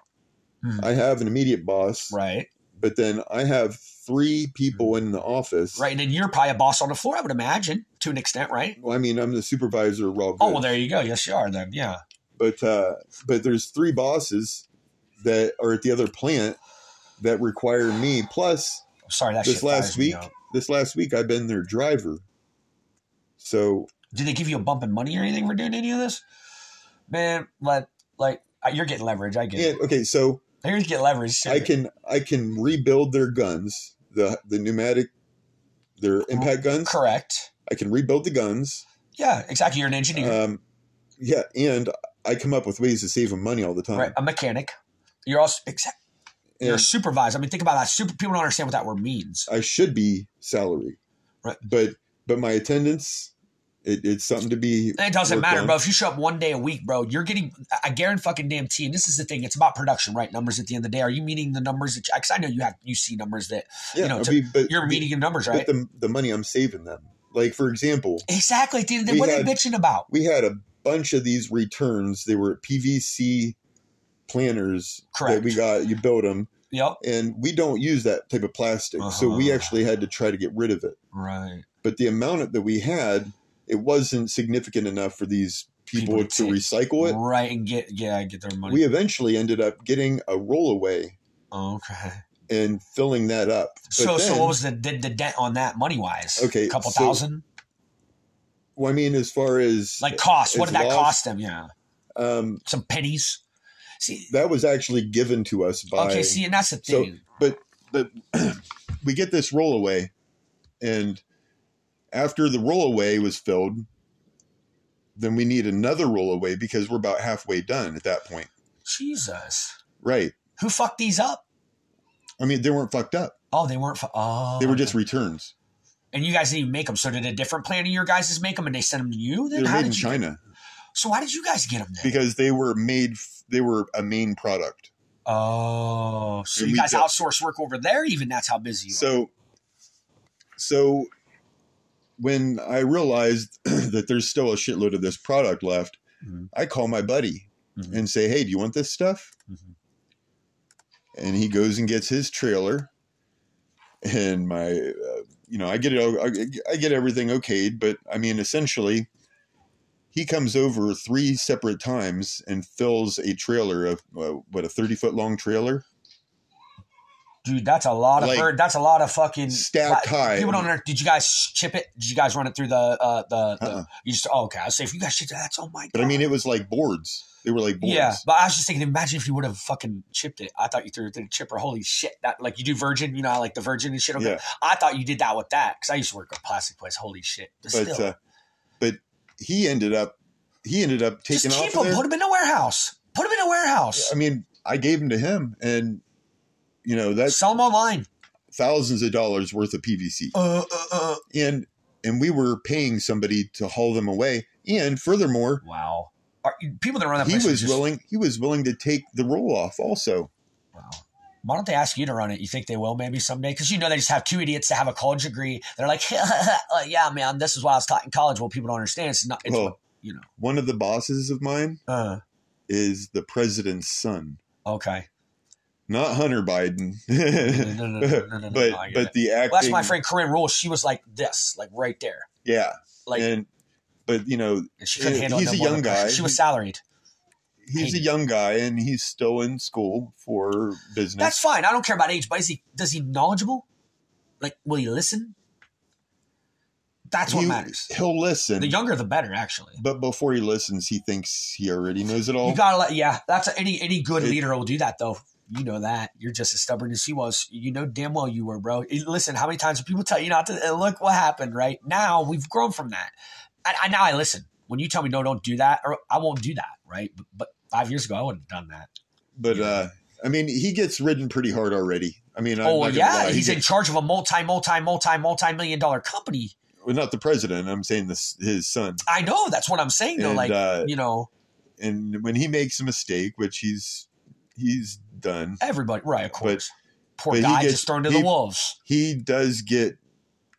Speaker 1: Mhm.
Speaker 2: I have an immediate boss,
Speaker 1: Right. Mm-hmm.
Speaker 2: but then I have three people in the office.
Speaker 1: Right. And then you're probably a boss on the floor, I would imagine, to an extent, right?
Speaker 2: Well, I mean, I'm the supervisor of all.
Speaker 1: Oh,
Speaker 2: goods.
Speaker 1: well, there you go. Yes, you are then. Yeah.
Speaker 2: but uh, but there's three bosses that are at the other plant that require me. Plus,
Speaker 1: I'm sorry. That
Speaker 2: this
Speaker 1: shit
Speaker 2: last
Speaker 1: fires me
Speaker 2: week,
Speaker 1: up.
Speaker 2: this last week I've been their driver. So
Speaker 1: Did they give you a bump in money or anything for doing any of this? Man, like, like uh, you're getting leverage. I get
Speaker 2: yeah,
Speaker 1: it.
Speaker 2: okay, so
Speaker 1: You're getting leverage. sure.
Speaker 2: I can I can rebuild their guns, the the pneumatic,
Speaker 1: Oh,
Speaker 2: their impact guns.
Speaker 1: Correct.
Speaker 2: I can rebuild the guns.
Speaker 1: Yeah, exactly. You're an engineer,
Speaker 2: Um, yeah, and I come up with ways to save them money all the time.
Speaker 1: right? A mechanic. You're also exact. You're a
Speaker 2: And
Speaker 1: supervisor. I mean, think about that. Super. People don't understand what that word means.
Speaker 2: I should be salary,
Speaker 1: Right.
Speaker 2: But but my attendance, it, it's something to be
Speaker 1: And It doesn't
Speaker 2: work
Speaker 1: matter,
Speaker 2: on.
Speaker 1: bro. If you show up one day a week, bro, you're getting. I- I guarantee fucking damn T. And this is the thing. It's about production, right? Numbers at the end of the day. Are you meeting the numbers that? Because I know you have. You see numbers that
Speaker 2: Yeah,
Speaker 1: know,
Speaker 2: I
Speaker 1: to-
Speaker 2: mean, but
Speaker 1: you're
Speaker 2: the-
Speaker 1: meeting your numbers, right?
Speaker 2: But the, the money I'm saving them. Like for example,
Speaker 1: exactly. At the end of the day,
Speaker 2: We
Speaker 1: what are
Speaker 2: had-
Speaker 1: they bitching about?
Speaker 2: we had a bunch of these returns. They were PVC planners
Speaker 1: Correct.
Speaker 2: that we got. You build them,
Speaker 1: Yep.
Speaker 2: and we don't use that type of plastic, so we
Speaker 1: Uh-huh.
Speaker 2: actually had to try to get rid of it.
Speaker 1: Right.
Speaker 2: But the amount that we had, it wasn't significant enough for these people,
Speaker 1: People to
Speaker 2: to
Speaker 1: take.
Speaker 2: recycle it.
Speaker 1: Right. And get yeah, get their money.
Speaker 2: We eventually ended up getting a rollaway
Speaker 1: Oh, okay.
Speaker 2: and filling that up. But
Speaker 1: So so
Speaker 2: then-
Speaker 1: what was the did the dent on that money wise?
Speaker 2: Okay,
Speaker 1: A couple
Speaker 2: so-
Speaker 1: thousand.
Speaker 2: well, I mean, as far as
Speaker 1: Like cost. What
Speaker 2: It's
Speaker 1: did that
Speaker 2: lost.
Speaker 1: cost them? Yeah.
Speaker 2: um,
Speaker 1: Some pennies. See.
Speaker 2: that was actually given to us by
Speaker 1: okay. See, and that's the
Speaker 2: So-
Speaker 1: thing.
Speaker 2: we get this rollaway, and after the rollaway was filled, then we need another rollaway because we're about halfway done at that point.
Speaker 1: Jesus.
Speaker 2: Right.
Speaker 1: Who fucked these up?
Speaker 2: I mean, they weren't fucked up.
Speaker 1: Oh, they weren't. Fu- oh.
Speaker 2: They were just returns.
Speaker 1: And you guys didn't even make them. So did a different plan of your guys make them, and they sent them to you?
Speaker 2: They
Speaker 1: Then
Speaker 2: were
Speaker 1: how
Speaker 2: made
Speaker 1: did
Speaker 2: in
Speaker 1: you?
Speaker 2: China
Speaker 1: So why did you guys get them then?
Speaker 2: because they were made. f- They were a main product.
Speaker 1: Oh, so
Speaker 2: And
Speaker 1: you
Speaker 2: we
Speaker 1: guys
Speaker 2: don't-
Speaker 1: outsource work over there? Even that's how busy you are.
Speaker 2: So, so when I realized that there's still a shitload of this product left,
Speaker 1: Mhm.
Speaker 2: I call my buddy
Speaker 1: Mhm.
Speaker 2: and say, "Hey, do you want this stuff?"
Speaker 1: Mhm.
Speaker 2: and he goes and gets his trailer and my uh, you know i get it all- I, I get everything okayed but i mean essentially he comes over three separate times and fills a trailer of uh, what a 30 foot long trailer
Speaker 1: Dude, that's a lot of
Speaker 2: Like,
Speaker 1: bird. That's a lot of fucking
Speaker 2: stacked
Speaker 1: Like,
Speaker 2: high
Speaker 1: People don't. Under, did you guys chip it? Did you guys run it through the uh, the?
Speaker 2: Uh-uh.
Speaker 1: the you just oh, okay. I was say if you guys should, that's oh my god.
Speaker 2: but i mean it was like boards they were like boards
Speaker 1: yeah. But I was just thinking, imagine if you would have fucking chipped it. I thought you threw it through the chipper. Holy shit! That like you do Virgin, you know, I like the Virgin and shit. Okay.
Speaker 2: Yeah.
Speaker 1: I thought you did that with that because I used to work at a plastic place. Holy shit! But,
Speaker 2: but
Speaker 1: still,
Speaker 2: uh, but he ended up he ended up
Speaker 1: just
Speaker 2: taking
Speaker 1: keep
Speaker 2: off
Speaker 1: them.
Speaker 2: of there.
Speaker 1: Put them in a warehouse. Put them in a warehouse.
Speaker 2: i mean i gave them to him and you know that's
Speaker 1: Sell them online.
Speaker 2: thousands of dollars worth of pvc
Speaker 1: Uh, uh, uh.
Speaker 2: and and we were paying somebody to haul them away. And furthermore,
Speaker 1: Wow. Are, people that run that
Speaker 2: he
Speaker 1: place are
Speaker 2: was
Speaker 1: just,
Speaker 2: willing he was willing to take the roll off also.
Speaker 1: Wow. Why don't they ask you to run it? You think they will maybe someday? Because you know they just have two idiots that have a college degree. They're like, "Like, yeah, man, this is why I was taught in college. Well, people don't understand. It's not. It's
Speaker 2: Well,
Speaker 1: what, you know.
Speaker 2: One of the bosses of mine
Speaker 1: Uh,
Speaker 2: is the president's son,
Speaker 1: okay.
Speaker 2: not Hunter Biden,
Speaker 1: No, no, no, no, no, no,
Speaker 2: but
Speaker 1: no, Mm-hmm. I get
Speaker 2: but
Speaker 1: it.
Speaker 2: the acting.
Speaker 1: Well, that's my friend Corinne Rule. She was like this, like right there,
Speaker 2: Yeah,
Speaker 1: like
Speaker 2: and but you know
Speaker 1: and she couldn't
Speaker 2: yeah,
Speaker 1: handle. it
Speaker 2: he's
Speaker 1: no
Speaker 2: a
Speaker 1: more
Speaker 2: young
Speaker 1: than her.
Speaker 2: guy.
Speaker 1: She was salaried.
Speaker 2: he's
Speaker 1: Hey.
Speaker 2: a young guy and he's still in school for business.
Speaker 1: That's fine. I don't care about age, but is he does he knowledgeable? Like, will he listen? That's what
Speaker 2: He-
Speaker 1: matters.
Speaker 2: He'll listen,
Speaker 1: The younger, the better, actually.
Speaker 2: but before he listens, he thinks he already knows it all.
Speaker 1: You gotta let, yeah. That's any any good
Speaker 2: It-
Speaker 1: leader will do that though. You know that you're just as stubborn as he was. You know damn well you were, bro. Eh, Listen, how many times do people tell you not to? And look what happened. Right now, we've grown from that. I, I now I listen when you tell me no, don't do that, or I won't do that. Right, but, but five years ago I wouldn't have done that.
Speaker 2: But
Speaker 1: Yeah.
Speaker 2: uh, I mean, he gets ridden pretty hard already. I mean, I'm
Speaker 1: oh
Speaker 2: not gonna
Speaker 1: yeah,
Speaker 2: lie. He
Speaker 1: he's in
Speaker 2: gets-
Speaker 1: charge of a multi multi multi multi million dollar company.
Speaker 2: well, not the president. I'm saying this his son.
Speaker 1: I know that's what I'm saying though.
Speaker 2: And,
Speaker 1: like
Speaker 2: uh,
Speaker 1: you know,
Speaker 2: And when he makes a mistake, which he's he's done,
Speaker 1: everybody right, of course. Poor
Speaker 2: but he
Speaker 1: guy
Speaker 2: gets-
Speaker 1: just thrown to
Speaker 2: he-
Speaker 1: the wolves.
Speaker 2: he does get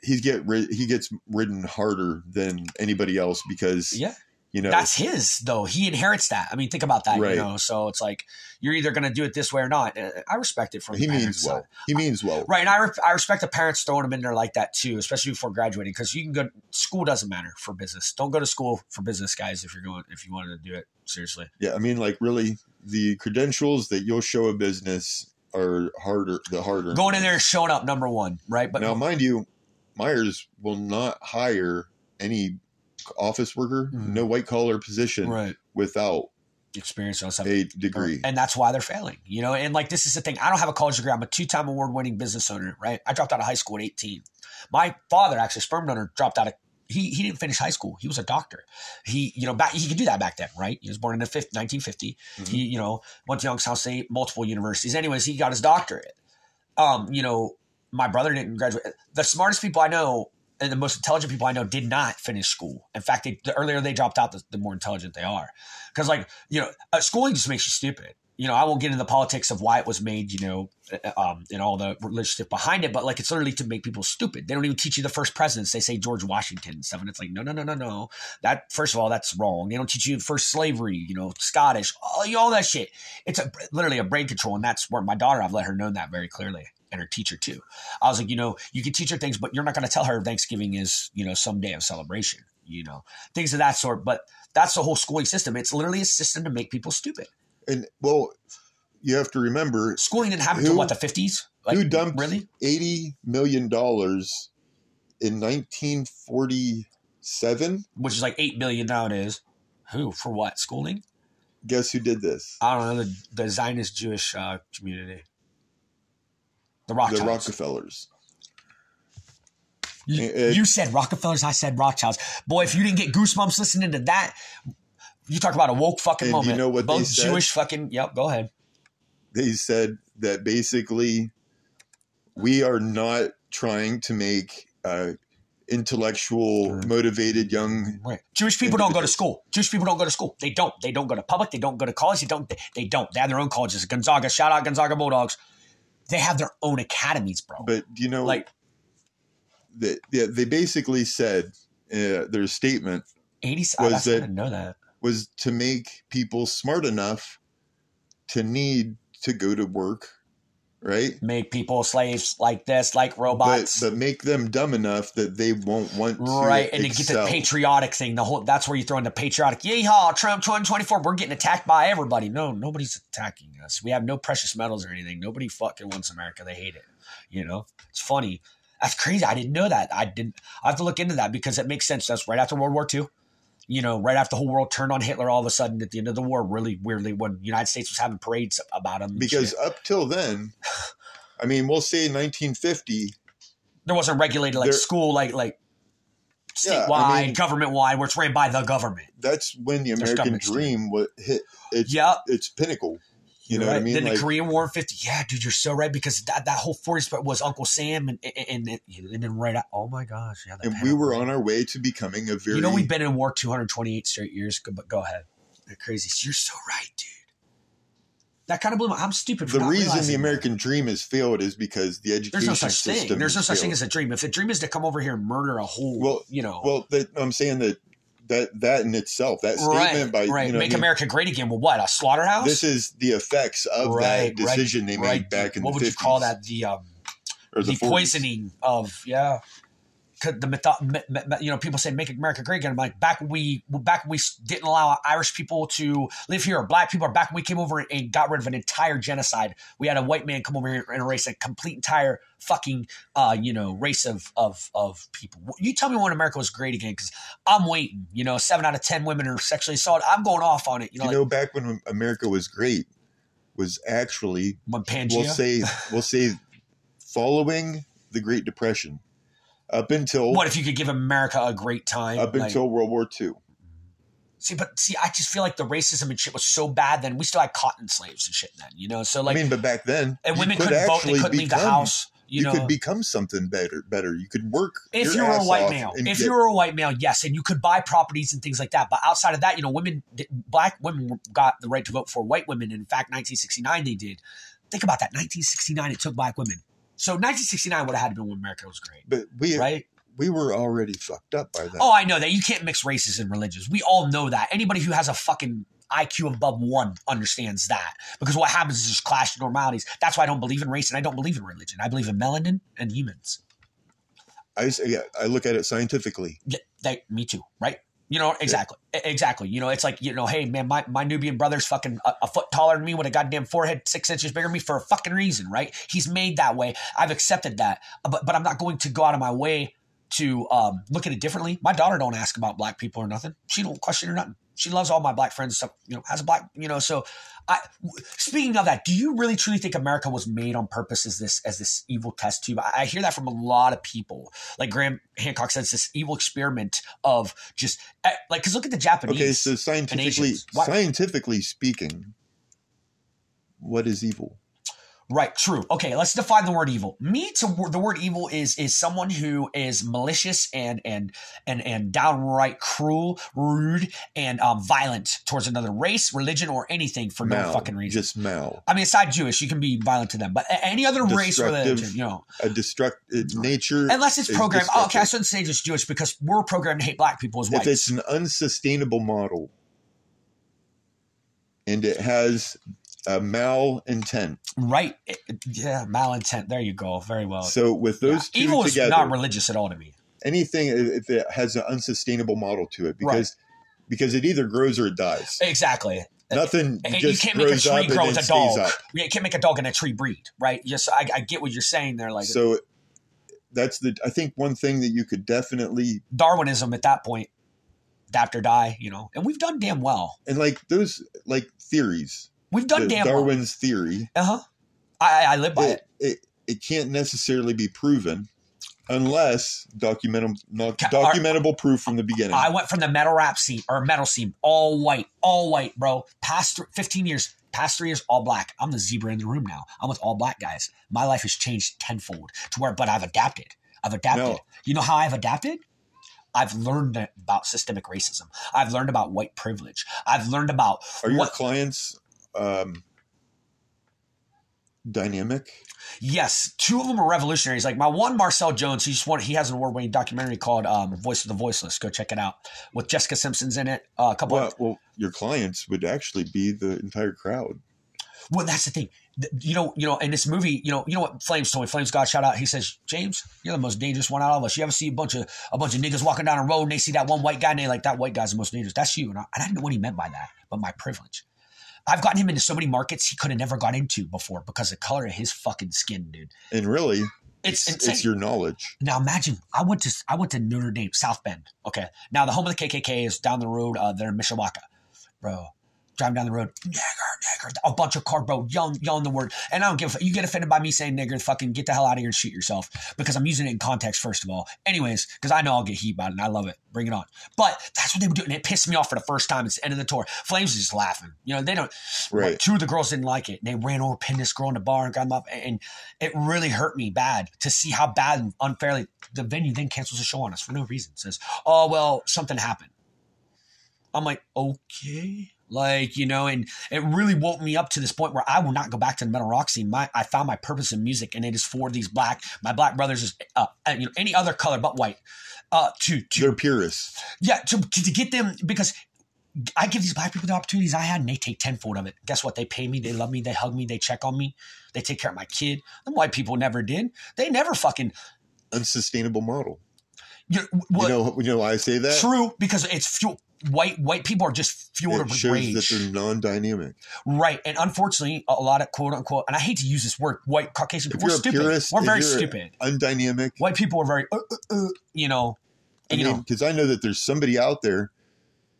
Speaker 2: he get ri- he gets ridden harder than anybody else because
Speaker 1: Yeah.
Speaker 2: you know
Speaker 1: That's his though. He inherits that. I mean, think about that. You
Speaker 2: Right.
Speaker 1: know, so it's like you're either going to do it this way or not. Uh, I respect it from
Speaker 2: he
Speaker 1: the
Speaker 2: means
Speaker 1: parents'
Speaker 2: well.
Speaker 1: side.
Speaker 2: He means well.
Speaker 1: Right, and I, re- I respect the parents throwing them in there like that too, especially before graduating, because you can go. School doesn't matter for business. Don't go to school for business, guys. If you're going, if you wanted to do it seriously,
Speaker 2: Yeah, I mean, like really, the credentials that you'll show a business are harder. The harder
Speaker 1: going in there and showing up number one, right? But
Speaker 2: now, mind you, Myers will not hire any office worker,
Speaker 1: Mhm.
Speaker 2: no white collar position
Speaker 1: right,
Speaker 2: without
Speaker 1: experience on something.
Speaker 2: a degree.
Speaker 1: And that's why they're failing, you know. And like this is the thing. I don't have a college degree. I'm a two-time award-winning business owner, right? I dropped out of high school at 18. My father, actually, sperm donor, dropped out of. He he didn't finish high school. He was a doctor. He you know back he could do that back then, right? He was born in the fifth, 1950.
Speaker 2: Mhm.
Speaker 1: He you know went to Youngstown State, multiple universities. Anyways, he got his doctorate. Um, you know, my brother didn't graduate. The smartest people I know and the most intelligent people I know did not finish school. In fact, they, the earlier they dropped out, the, the more intelligent they are. Because, like, you know, uh, schooling just makes you stupid. You know, I won't get into the politics of why it was made, you know, uh, um, and all the religious stuff behind it, but like it's literally to make people stupid. They don't even teach you the first presidents. They say George Washington and stuff. And it's like, no, no, no, no, no. That, first of all, that's wrong. They don't teach you first slavery, you know, Scottish, all, you know, all that shit. It's a, literally a brain control. And that's where my daughter, I've let her know that very clearly and her teacher too. I was like, you know, you can teach her things, but you're not going to tell her Thanksgiving is, you know, some day of celebration, you know, things of that sort. But that's the whole schooling system. It's literally a system to make people stupid.
Speaker 2: And well, you have to remember
Speaker 1: Schooling didn't happen
Speaker 2: Who-
Speaker 1: until what, the 50s? Like,
Speaker 2: who dumped-
Speaker 1: Really?
Speaker 2: eighty million dollars in nineteen forty seven.
Speaker 1: Which is like 8 billion nowadays. Who? For what? Schooling?
Speaker 2: Guess who did this?
Speaker 1: I don't know. The, the Zionist Jewish uh, community. The Rothschilds.
Speaker 2: the Rockefellers.
Speaker 1: You,
Speaker 2: It-
Speaker 1: you said Rockefellers, I said Rothschilds. Boy, if you didn't get goosebumps listening to that, you talk about a woke fucking
Speaker 2: And you
Speaker 1: moment.
Speaker 2: know what they
Speaker 1: Both
Speaker 2: said?
Speaker 1: Jewish fucking. Yep, go ahead.
Speaker 2: They said that basically we are not trying to make uh, intellectual,
Speaker 1: Sure.
Speaker 2: motivated young.
Speaker 1: Right. Jewish people don't go to
Speaker 2: Individuals.
Speaker 1: school. Jewish people don't go to school. They don't. They don't go to public. They don't go to college. They don't. They, don't. They have their own colleges. Gonzaga. Shout out Gonzaga Bulldogs. They have their own academies, bro.
Speaker 2: But do you know,
Speaker 1: like
Speaker 2: that yeah, they basically said uh, their statement
Speaker 1: eighty.
Speaker 2: Was
Speaker 1: I, I
Speaker 2: that-
Speaker 1: didn't know that.
Speaker 2: was to make people smart enough to need to go to work, right?
Speaker 1: Make people slaves like this, like robots.
Speaker 2: But but make them dumb enough that they won't want to
Speaker 1: Right, and then get the
Speaker 2: excel.
Speaker 1: patriotic thing. The whole that's where you throw in the patriotic. Yeehaw, Trump twenty twenty four. We're getting attacked by everybody. No, nobody's attacking us. We have no precious metals or anything. Nobody fucking wants America. They hate it. You know, it's funny. That's crazy. I didn't know that. I didn't. I have to look into that because it makes sense. That's right after World War II. You know, right after the whole world turned on Hitler, all of a sudden at the end of the war, really weirdly, when the United States was having parades about him and
Speaker 2: because
Speaker 1: shit.
Speaker 2: up till then, I mean, we'll say 1950,
Speaker 1: there wasn't regulated like
Speaker 2: there-
Speaker 1: school, like like
Speaker 2: Yeah, I
Speaker 1: statewide,
Speaker 2: mean-
Speaker 1: government wide, where it's ran by the government.
Speaker 2: that's when the
Speaker 1: There's
Speaker 2: American
Speaker 1: government steam.
Speaker 2: dream wa- hit its
Speaker 1: Yep.
Speaker 2: its pinnacle. You
Speaker 1: You're
Speaker 2: know what I
Speaker 1: right.
Speaker 2: mean?
Speaker 1: Then
Speaker 2: Like-
Speaker 1: the Korean War in fifty. Yeah, dude, you're so right because that, that whole forties but was Uncle Sam and and, and, and then right. out- Oh my gosh, yeah. that
Speaker 2: And we
Speaker 1: Pentagon.
Speaker 2: were on our way to becoming a very
Speaker 1: You know, we've been in war two hundred twenty eight straight years. Go- But go ahead. They're crazy. You're so right, dude. That kind of blew my. I'm stupid. For
Speaker 2: the
Speaker 1: not
Speaker 2: reason the
Speaker 1: realizing that.
Speaker 2: American dream has failed is because the education
Speaker 1: There's no such
Speaker 2: system
Speaker 1: thing. There's no
Speaker 2: has
Speaker 1: such thing
Speaker 2: failed.
Speaker 1: as a dream. If the dream is to come over here and murder a whole,
Speaker 2: Well,
Speaker 1: you know,
Speaker 2: well. That, I'm saying that that that in itself, that
Speaker 1: right,
Speaker 2: statement by
Speaker 1: right,
Speaker 2: you know,
Speaker 1: make
Speaker 2: I mean,
Speaker 1: America great again. Well, what a slaughterhouse.
Speaker 2: this is the effects of
Speaker 1: Right, right,
Speaker 2: that decision they made
Speaker 1: right.
Speaker 2: back in
Speaker 1: what would
Speaker 2: the 50s
Speaker 1: you call that? The um,
Speaker 2: or
Speaker 1: the,
Speaker 2: 40s.
Speaker 1: poisoning of yeah 'Cause the mytho- me- me- me- you know people say make America great again. I'm like back when we back when we didn't allow Irish people to live here or black people, or back when we came over and got rid of an entire genocide, we had a white man come over here and erase a complete entire fucking uh, you know race of of of people. You tell me when America was great again because I'm waiting. You know, seven out of ten women are sexually assaulted. I'm going off on it. You know,
Speaker 2: You
Speaker 1: like
Speaker 2: know, back when America was great, was actually
Speaker 1: when Pangea.
Speaker 2: we'll say we'll say following the Great Depression up until
Speaker 1: what if you could give America a great time?
Speaker 2: up
Speaker 1: Like-
Speaker 2: until World War II.
Speaker 1: See, but see, I just feel like the racism and shit was so bad then. We still had cotton slaves and shit then, you know. So like,
Speaker 2: I mean, but back then,
Speaker 1: and
Speaker 2: you
Speaker 1: women
Speaker 2: could
Speaker 1: couldn't vote; they
Speaker 2: actually
Speaker 1: couldn't leave the
Speaker 2: become-
Speaker 1: house.
Speaker 2: You,
Speaker 1: You, know,
Speaker 2: could become something better. Better. You could work.
Speaker 1: if
Speaker 2: your
Speaker 1: you were a
Speaker 2: ass
Speaker 1: white
Speaker 2: off
Speaker 1: male,
Speaker 2: and
Speaker 1: if
Speaker 2: get-
Speaker 1: you were a white male, yes, and you could buy properties and things like that. But outside of that, you know, women, black women got the right to vote for white women. In fact, 1969 they did. Think about that. 1969 it took black women. So 1969 would have had to been when America was great,
Speaker 2: but we
Speaker 1: right?
Speaker 2: we were already fucked up by that.
Speaker 1: Oh, I know that you can't mix races and religions. We all know that. Anybody who has a fucking IQ above one understands that because what happens is just clash of normalities. That's why I don't believe in race and I don't believe in religion. I believe in melanin and humans.
Speaker 2: I s- yeah, I look at it scientifically.
Speaker 1: Yeah, they, me too, right? You know, exactly, E- exactly. You know, it's like you know, hey man, my, my Nubian brother's fucking a, a foot taller than me with a goddamn forehead six inches bigger than me for a fucking reason, right? He's made that way. I've accepted that, Uh, but but I'm not going to go out of my way to um, look at it differently. My daughter don't ask about black people or nothing. She don't question or nothing. She loves all my black friends. So, you know, has a black, you know. So, I w- speaking of that, do you really truly think America was made on purpose as this as this evil test tube? I, I hear that from a lot of people. Like Graham Hancock says, this evil experiment of just eh, like because look at the Japanese.
Speaker 2: Okay, so scientifically,
Speaker 1: Asians. Why-
Speaker 2: scientifically speaking, what is evil?
Speaker 1: Right, true. Okay, let's define the word evil. Me to the word evil is is someone who is malicious and and and and downright cruel, rude, and um, violent towards another race, religion, or anything for no
Speaker 2: Mal,
Speaker 1: fucking reason.
Speaker 2: Just mal.
Speaker 1: I mean, aside Jewish, you can be violent to them, but a- any other race,
Speaker 2: Destructive.
Speaker 1: religion, you know,
Speaker 2: A destructive nature.
Speaker 1: unless it's
Speaker 2: It's
Speaker 1: programmed. Oh, okay, I
Speaker 2: destructive.
Speaker 1: shouldn't say just Jewish because we're programmed to hate black people as
Speaker 2: if
Speaker 1: whites.
Speaker 2: it's an unsustainable model and it has a mal intent.
Speaker 1: Right? It- it- yeah, malintent. There you go. Very well.
Speaker 2: So with those
Speaker 1: Oh, Yeah,
Speaker 2: two
Speaker 1: evil
Speaker 2: together,
Speaker 1: is not religious at all to me.
Speaker 2: anything if it has an unsustainable model to it because because it either grows or it dies.
Speaker 1: Exactly.
Speaker 2: Nothing
Speaker 1: And you
Speaker 2: just
Speaker 1: can't make a
Speaker 2: grows
Speaker 1: tree
Speaker 2: up and
Speaker 1: grow
Speaker 2: then
Speaker 1: with a
Speaker 2: stays
Speaker 1: dog.
Speaker 2: up.
Speaker 1: Yeah, you can't make a dog and a tree breed, right? Yes, I, I get what you're saying there. Like
Speaker 2: so that's the I think one thing that you could definitely
Speaker 1: Darwinism at that point, adapt or die, you know. And we've done damn well.
Speaker 2: and like those like theories,
Speaker 1: We've done
Speaker 2: the
Speaker 1: damn
Speaker 2: Darwin's theory.
Speaker 1: well. Uh huh. I, I- I live by it.
Speaker 2: It, it it can't necessarily be proven unless documentable not,
Speaker 1: Ca- are-
Speaker 2: documentable proof from the beginning.
Speaker 1: I went from the metal rap scene or metal scene, all white, all white, bro. Past th- 15 years, past three years, all black. I'm the zebra in the room now. I'm with all black guys. My life has changed tenfold to where, but I've adapted. I've adapted.
Speaker 2: No.
Speaker 1: You know how I've adapted? I've learned about systemic racism. I've learned about white privilege. I've learned about
Speaker 2: Are your
Speaker 1: what
Speaker 2: clients um, dynamic?
Speaker 1: Yes, two of them are revolutionaries. Like my one, Marcel Jones, he just won. He has an award-winning documentary called um, "Voice of the Voiceless." Go check it out with Jessica Simpson's in it. Uh, a couple.
Speaker 2: Well,
Speaker 1: Of,
Speaker 2: well, your clients would actually be the entire crowd.
Speaker 1: well, that's the thing. Th- You know, you know, in this movie, you know, you know what Flames told me. Flames got shout out. He says, "James, you're the most dangerous one out of us. You ever see a bunch of a bunch of niggas walking down a road and they see that one white guy and they like that white guy's the most dangerous. That's you." And I, and I didn't know what he meant by that, but my privilege. I've gotten him into so many markets he could have never got into before because of the color of his fucking skin, dude.
Speaker 2: And really,
Speaker 1: It's
Speaker 2: it's,
Speaker 1: insane.
Speaker 2: your knowledge.
Speaker 1: Now imagine I went to I went to Notre Dame South Bend. Okay, now the home of the KKK is down the road. Uh, they're in Mishawaka, bro. Driving down the road, nigger, nigger, a bunch of car, bro, yelling, yelling the word. And I don't give a fuck. You get offended by me saying nigger, fucking get the hell out of here and shoot yourself because I'm using it in context, first of all. Anyways, because I know I'll get heat about it and I love it. Bring it on. But that's what they were doing. And it pissed me off for the first time. It's the end of the tour. Flames is just laughing. You know, they don't,
Speaker 2: Right.
Speaker 1: but two of the girls didn't like it. And they ran over, pinned this girl in the bar, and got them up. And it really hurt me bad to see how bad and unfairly the venue then cancels the show on us for no reason. Says, oh, well, something happened. I'm like, okay. Like, you know, and it really woke me up to this point where I will not go back to the metal rock scene. My, I found my purpose in music, and it is for these black, my black brothers, is, uh, uh, you know, any other color but white, uh, to, to
Speaker 2: They're purists.
Speaker 1: yeah, to, to, to get them because I give these black people the opportunities I had, and they take tenfold of it. Guess what? They pay me, they love me, they hug me, they check on me, they take care of my kid. Them white people never did. They never fucking.
Speaker 2: Unsustainable model.
Speaker 1: You know, well,
Speaker 2: You know, you know why I say that?
Speaker 1: true because it's fuel. White white people are just fueled
Speaker 2: It
Speaker 1: with
Speaker 2: shows
Speaker 1: rage,
Speaker 2: that they're non-dynamic.
Speaker 1: right? And unfortunately, a lot of quote unquote, and I hate to use this word, white Caucasian.
Speaker 2: If
Speaker 1: people we're
Speaker 2: you're a
Speaker 1: stupid.
Speaker 2: purist,
Speaker 1: we're
Speaker 2: if
Speaker 1: very
Speaker 2: you're a-
Speaker 1: stupid.
Speaker 2: Undynamic.
Speaker 1: White people are very, uh, uh, uh, you know,
Speaker 2: I
Speaker 1: you
Speaker 2: mean,
Speaker 1: know.
Speaker 2: because I know that there's somebody out there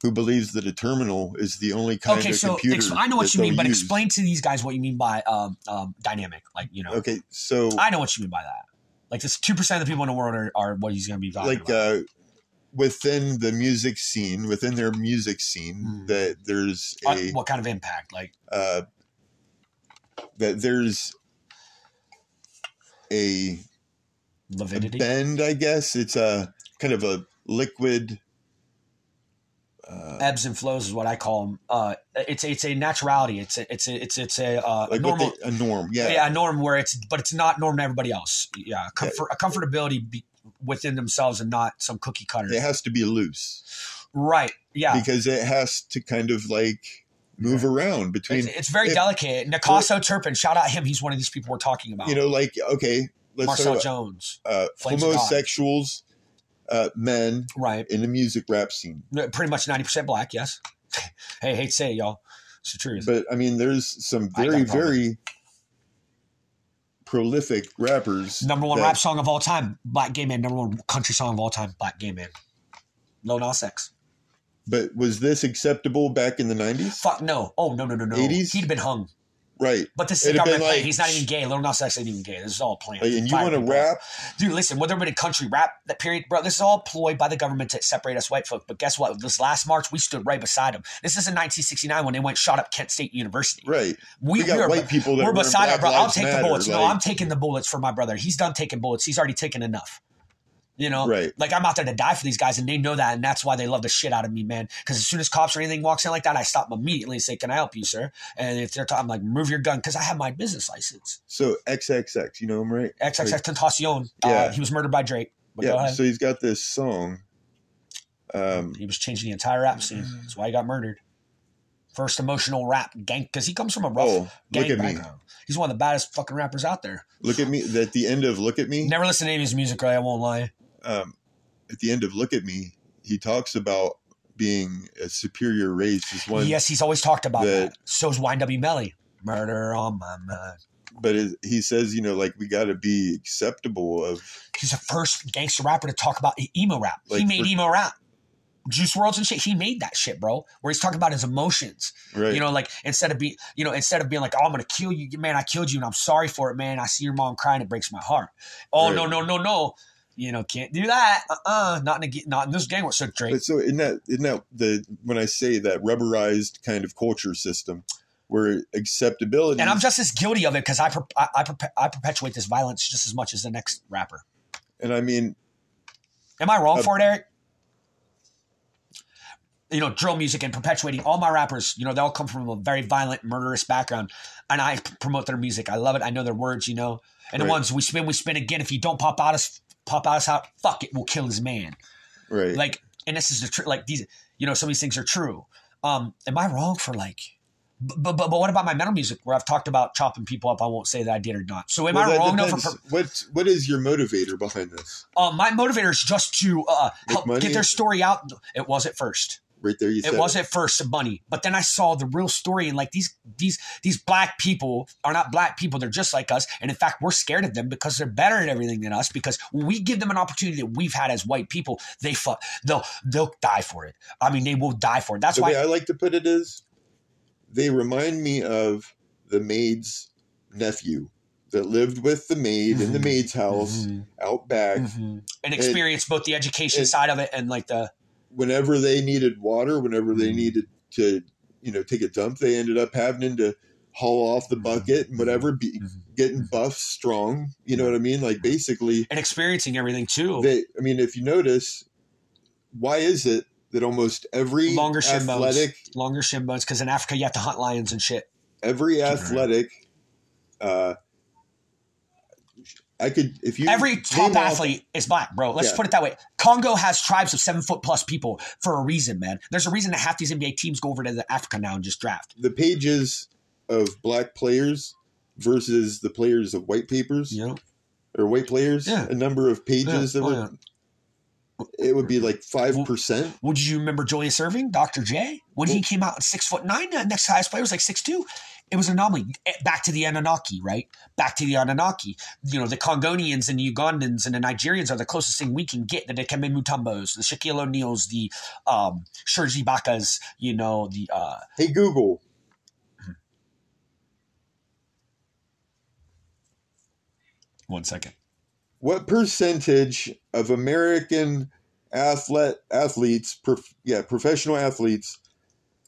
Speaker 2: who believes that a terminal is the only kind
Speaker 1: Okay,
Speaker 2: of
Speaker 1: so
Speaker 2: computer.
Speaker 1: ex- I know what
Speaker 2: that
Speaker 1: you mean,
Speaker 2: they'll
Speaker 1: but
Speaker 2: use.
Speaker 1: explain to these guys what you mean by um, um, dynamic, like you know.
Speaker 2: Okay, so
Speaker 1: I know what you mean by that. Like this, two percent of the people in the world are, are what he's going to be talking
Speaker 2: like
Speaker 1: about.
Speaker 2: uh, within the music scene, within their music scene,
Speaker 1: Hmm.
Speaker 2: that there's
Speaker 1: On
Speaker 2: a
Speaker 1: what kind of impact? Like
Speaker 2: uh, that there's a, a
Speaker 1: Lividity.
Speaker 2: bend, I guess. It's a kind of a liquid. Uh,
Speaker 1: Ebbs and flows is what I call them. Uh, it's it's a naturality. It's a, it's a, it's it's a uh,
Speaker 2: like
Speaker 1: normal.
Speaker 2: what they, a norm, yeah.
Speaker 1: yeah. a norm where it's but it's not norm to everybody else. Yeah, comfort, a comfortability be, within themselves and not some cookie cutter.
Speaker 2: It has to be loose
Speaker 1: Right. Yeah.
Speaker 2: because it has to kind of like move around between,
Speaker 1: It's, it's very
Speaker 2: if-
Speaker 1: delicate. Nicasso Turpin, shout out him. He's one of these people we're talking about.
Speaker 2: you know, like okay, let's
Speaker 1: Marcel
Speaker 2: talk
Speaker 1: Jones.
Speaker 2: about uh,
Speaker 1: Flames of God.
Speaker 2: homosexuals, uh, men
Speaker 1: Right.
Speaker 2: in the music rap scene.
Speaker 1: Pretty much 90% black, yes. hey, hate to say it, y'all. It's the truth.
Speaker 2: But I mean, there's some
Speaker 1: I got
Speaker 2: very,
Speaker 1: a problem.
Speaker 2: very prolific rappers.
Speaker 1: Number one
Speaker 2: that-
Speaker 1: rap song of all time, Black Gay Man. Number one country song of all time, Black Gay Man. Lil Nas X.
Speaker 2: But was this acceptable back in the 90s?
Speaker 1: Fuck no. Oh, no, no, no, no.
Speaker 2: 80s?
Speaker 1: He'd have been hung.
Speaker 2: Right.
Speaker 1: But this is a
Speaker 2: It'd have
Speaker 1: government
Speaker 2: been
Speaker 1: plan.
Speaker 2: like-
Speaker 1: He's not even gay. Lil Nas X ain't even gay. This is all planned.
Speaker 2: Like, and you
Speaker 1: Fire
Speaker 2: want to
Speaker 1: people.
Speaker 2: rap?
Speaker 1: Dude, listen, whether there been a country rap that period, bro, this is all ploy by the government to separate us white folk. But guess what? This last March, we stood right beside them. This is in 1969 when they went shot up Kent State University.
Speaker 2: Right.
Speaker 1: We,
Speaker 2: We got
Speaker 1: we are-
Speaker 2: white people that
Speaker 1: we're
Speaker 2: were in
Speaker 1: beside our
Speaker 2: Black
Speaker 1: brother. I'll
Speaker 2: Lives
Speaker 1: take the
Speaker 2: Matter,
Speaker 1: bullets. no,
Speaker 2: like-
Speaker 1: I'm taking the bullets for my brother. He's done taking bullets. He's already taken enough. You know,
Speaker 2: Right.
Speaker 1: like I'm out there to die for these guys, and they know that, and that's why they love the shit out of me, man. Because as soon as cops or anything walks in like that, I stop 'em immediately and say, "Can I help you, sir?" And if they're, ta- I'm like, "Move your gun," because I have my business license.
Speaker 2: So XXX, you know him, right?
Speaker 1: XXX Tentacion. Uh,
Speaker 2: Yeah.
Speaker 1: he was murdered by Drake. But go
Speaker 2: yeah.
Speaker 1: ahead.
Speaker 2: So he's got this song. Um,
Speaker 1: He was changing the entire rap scene. That's why he got murdered. First emotional rap gang because he comes from a rough
Speaker 2: oh,
Speaker 1: gang
Speaker 2: look at me.
Speaker 1: background. He's one of the baddest fucking rappers out there.
Speaker 2: Look at me. At the end of Look at Me,
Speaker 1: Never listened to any of his music, right? I won't lie.
Speaker 2: um, at the end of Look at Me, he talks about being a superior race is one,
Speaker 1: yes, he's always talked about
Speaker 2: the-
Speaker 1: that. So's YW Melly. Murder on my mind.
Speaker 2: but it, he says, you know, like we got to be acceptable of
Speaker 1: He's the first gangster rapper to talk about emo rap. he
Speaker 2: Like,
Speaker 1: made
Speaker 2: for-
Speaker 1: emo rap. Juice Worlds and shit. He made that shit, bro. Where he's talking about his emotions.
Speaker 2: right.
Speaker 1: You know, like instead of be, you know, instead of being like, "Oh, I'm gonna kill you, man. I killed you, and I'm sorry for it, man. I see your mom crying, it breaks my heart." Oh no,
Speaker 2: Right.
Speaker 1: no, no, no. You know, can't do that. Uh, uh not in a, ge- not in this gang. What's so Drake?
Speaker 2: But so in that in that the when I say that rubberized kind of culture system where acceptability
Speaker 1: And I'm just as guilty of it because I, per- I I, perpe- I perpetuate this violence just as much as the next rapper.
Speaker 2: and I mean
Speaker 1: Am I wrong
Speaker 2: Uh,
Speaker 1: for it, Eric? You know, drill music and perpetuating all my rappers, you know, they all come from a very violent, murderous background. And I p- promote their music. I love it. I know their words, you know. And the
Speaker 2: Right.
Speaker 1: ones we spin, we spin again. If you don't pop out us pop out us out, fuck it, we'll kill his man.
Speaker 2: right
Speaker 1: Like, and this is the truth. Like these, you know, some of these things are true. Um, am I wrong for like but, but, but what about my metal music where I've talked about chopping people up? I won't say that I did or not. So am
Speaker 2: Well,
Speaker 1: I
Speaker 2: that
Speaker 1: wrong though for
Speaker 2: depends.
Speaker 1: per-
Speaker 2: what what is your motivator behind this?
Speaker 1: um, my motivator is just to uh,
Speaker 2: Make
Speaker 1: help
Speaker 2: money?
Speaker 1: get their story out. It was at first.
Speaker 2: Right there you
Speaker 1: It
Speaker 2: said
Speaker 1: was at first the money, but then I saw the real story and like these these these black people are not black people. They're just like us, and in fact, we're scared of them because they're better at everything than us. Because when we give them an opportunity that we've had as white people, they fuck they'll they'll die for it. I mean, they will die for it. That's
Speaker 2: the
Speaker 1: why
Speaker 2: way I like to put it is they remind me of the maid's nephew that lived with the maid in the
Speaker 1: Mhm.
Speaker 2: maid's house
Speaker 1: Mhm,
Speaker 2: out back.
Speaker 1: mhm. and experience both the education
Speaker 2: it-
Speaker 1: side of it and like the
Speaker 2: Whenever they needed water, whenever they
Speaker 1: Mhm.
Speaker 2: needed to, you know, take a dump, they ended up having to haul off the
Speaker 1: Mhm.
Speaker 2: bucket and whatever, be,
Speaker 1: Mhm.
Speaker 2: getting buff strong. You know what I mean? Like
Speaker 1: Mm-hmm.
Speaker 2: basically,
Speaker 1: and experiencing everything too.
Speaker 2: they. I mean, if you notice, why is it that almost every
Speaker 1: Longer shin bones.
Speaker 2: athletic,
Speaker 1: Longer shin bones because in Africa you have to hunt lions and shit.
Speaker 2: every
Speaker 1: around.
Speaker 2: athletic, uh, I could if you
Speaker 1: Every top
Speaker 2: name off-
Speaker 1: athlete is black, bro. Let's
Speaker 2: Yeah.
Speaker 1: put it that way. Congo has tribes of seven foot plus people for a reason, man. There's a reason that half these NBA teams go over to the Africa now and just draft.
Speaker 2: the pages of black players versus the players of white papers
Speaker 1: You know,
Speaker 2: or white players,
Speaker 1: Yeah.
Speaker 2: a number of pages
Speaker 1: Yeah.
Speaker 2: that
Speaker 1: Oh,
Speaker 2: were. It would be like five percent.
Speaker 1: would you remember Julius Irving, Dr. J, when he came out at six foot nine? The next highest player was like six two. It was an anomaly. Eh, Back to the Anunnaki, right? Back to the Anunnaki. You know, the Congonians and the Ugandans and the Nigerians are the closest thing we can get. The Dikembe Mutombos, the Shaquille O'Neals, the um, Serge Ibaka's. You know, the uh,
Speaker 2: Hey Google,
Speaker 1: one second.
Speaker 2: what percentage of American athlete athletes, prof, yeah, professional athletes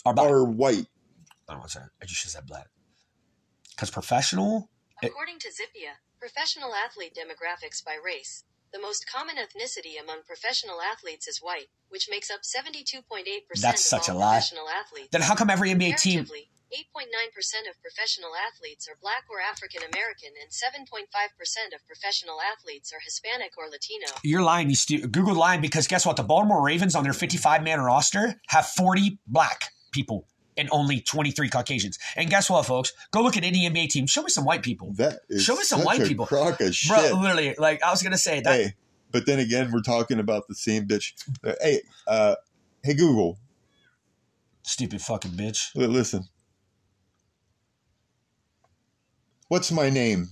Speaker 1: Are black.
Speaker 2: are white?
Speaker 1: I don't want to say. I just should have said black. Because professional
Speaker 3: According to Zipia, professional athlete demographics by race, the most common ethnicity among professional athletes is white, which makes up 72.8%
Speaker 1: That's
Speaker 3: of
Speaker 1: such
Speaker 3: all
Speaker 1: a lie.
Speaker 3: professional athletes.
Speaker 1: Then how come every NBA team?
Speaker 3: Comparatively, 8.9% of professional athletes are black or African American, and 7.5% of professional athletes are Hispanic or Latino.
Speaker 1: You're lying. You stu- Google lying because guess what? The Baltimore Ravens on their 55 man roster have 40 black people and only 23 Caucasians. And guess what, folks? Go look at any NBA team. Show me some white people.
Speaker 2: That is
Speaker 1: Show me some
Speaker 2: such
Speaker 1: white
Speaker 2: a
Speaker 1: people.
Speaker 2: crock of shit.
Speaker 1: Bro, literally, like I was gonna say that.
Speaker 2: hey, but then again, we're talking about the same bitch. Hey, uh, hey Google,
Speaker 1: Stupid fucking bitch.
Speaker 2: li- listen. What's my name?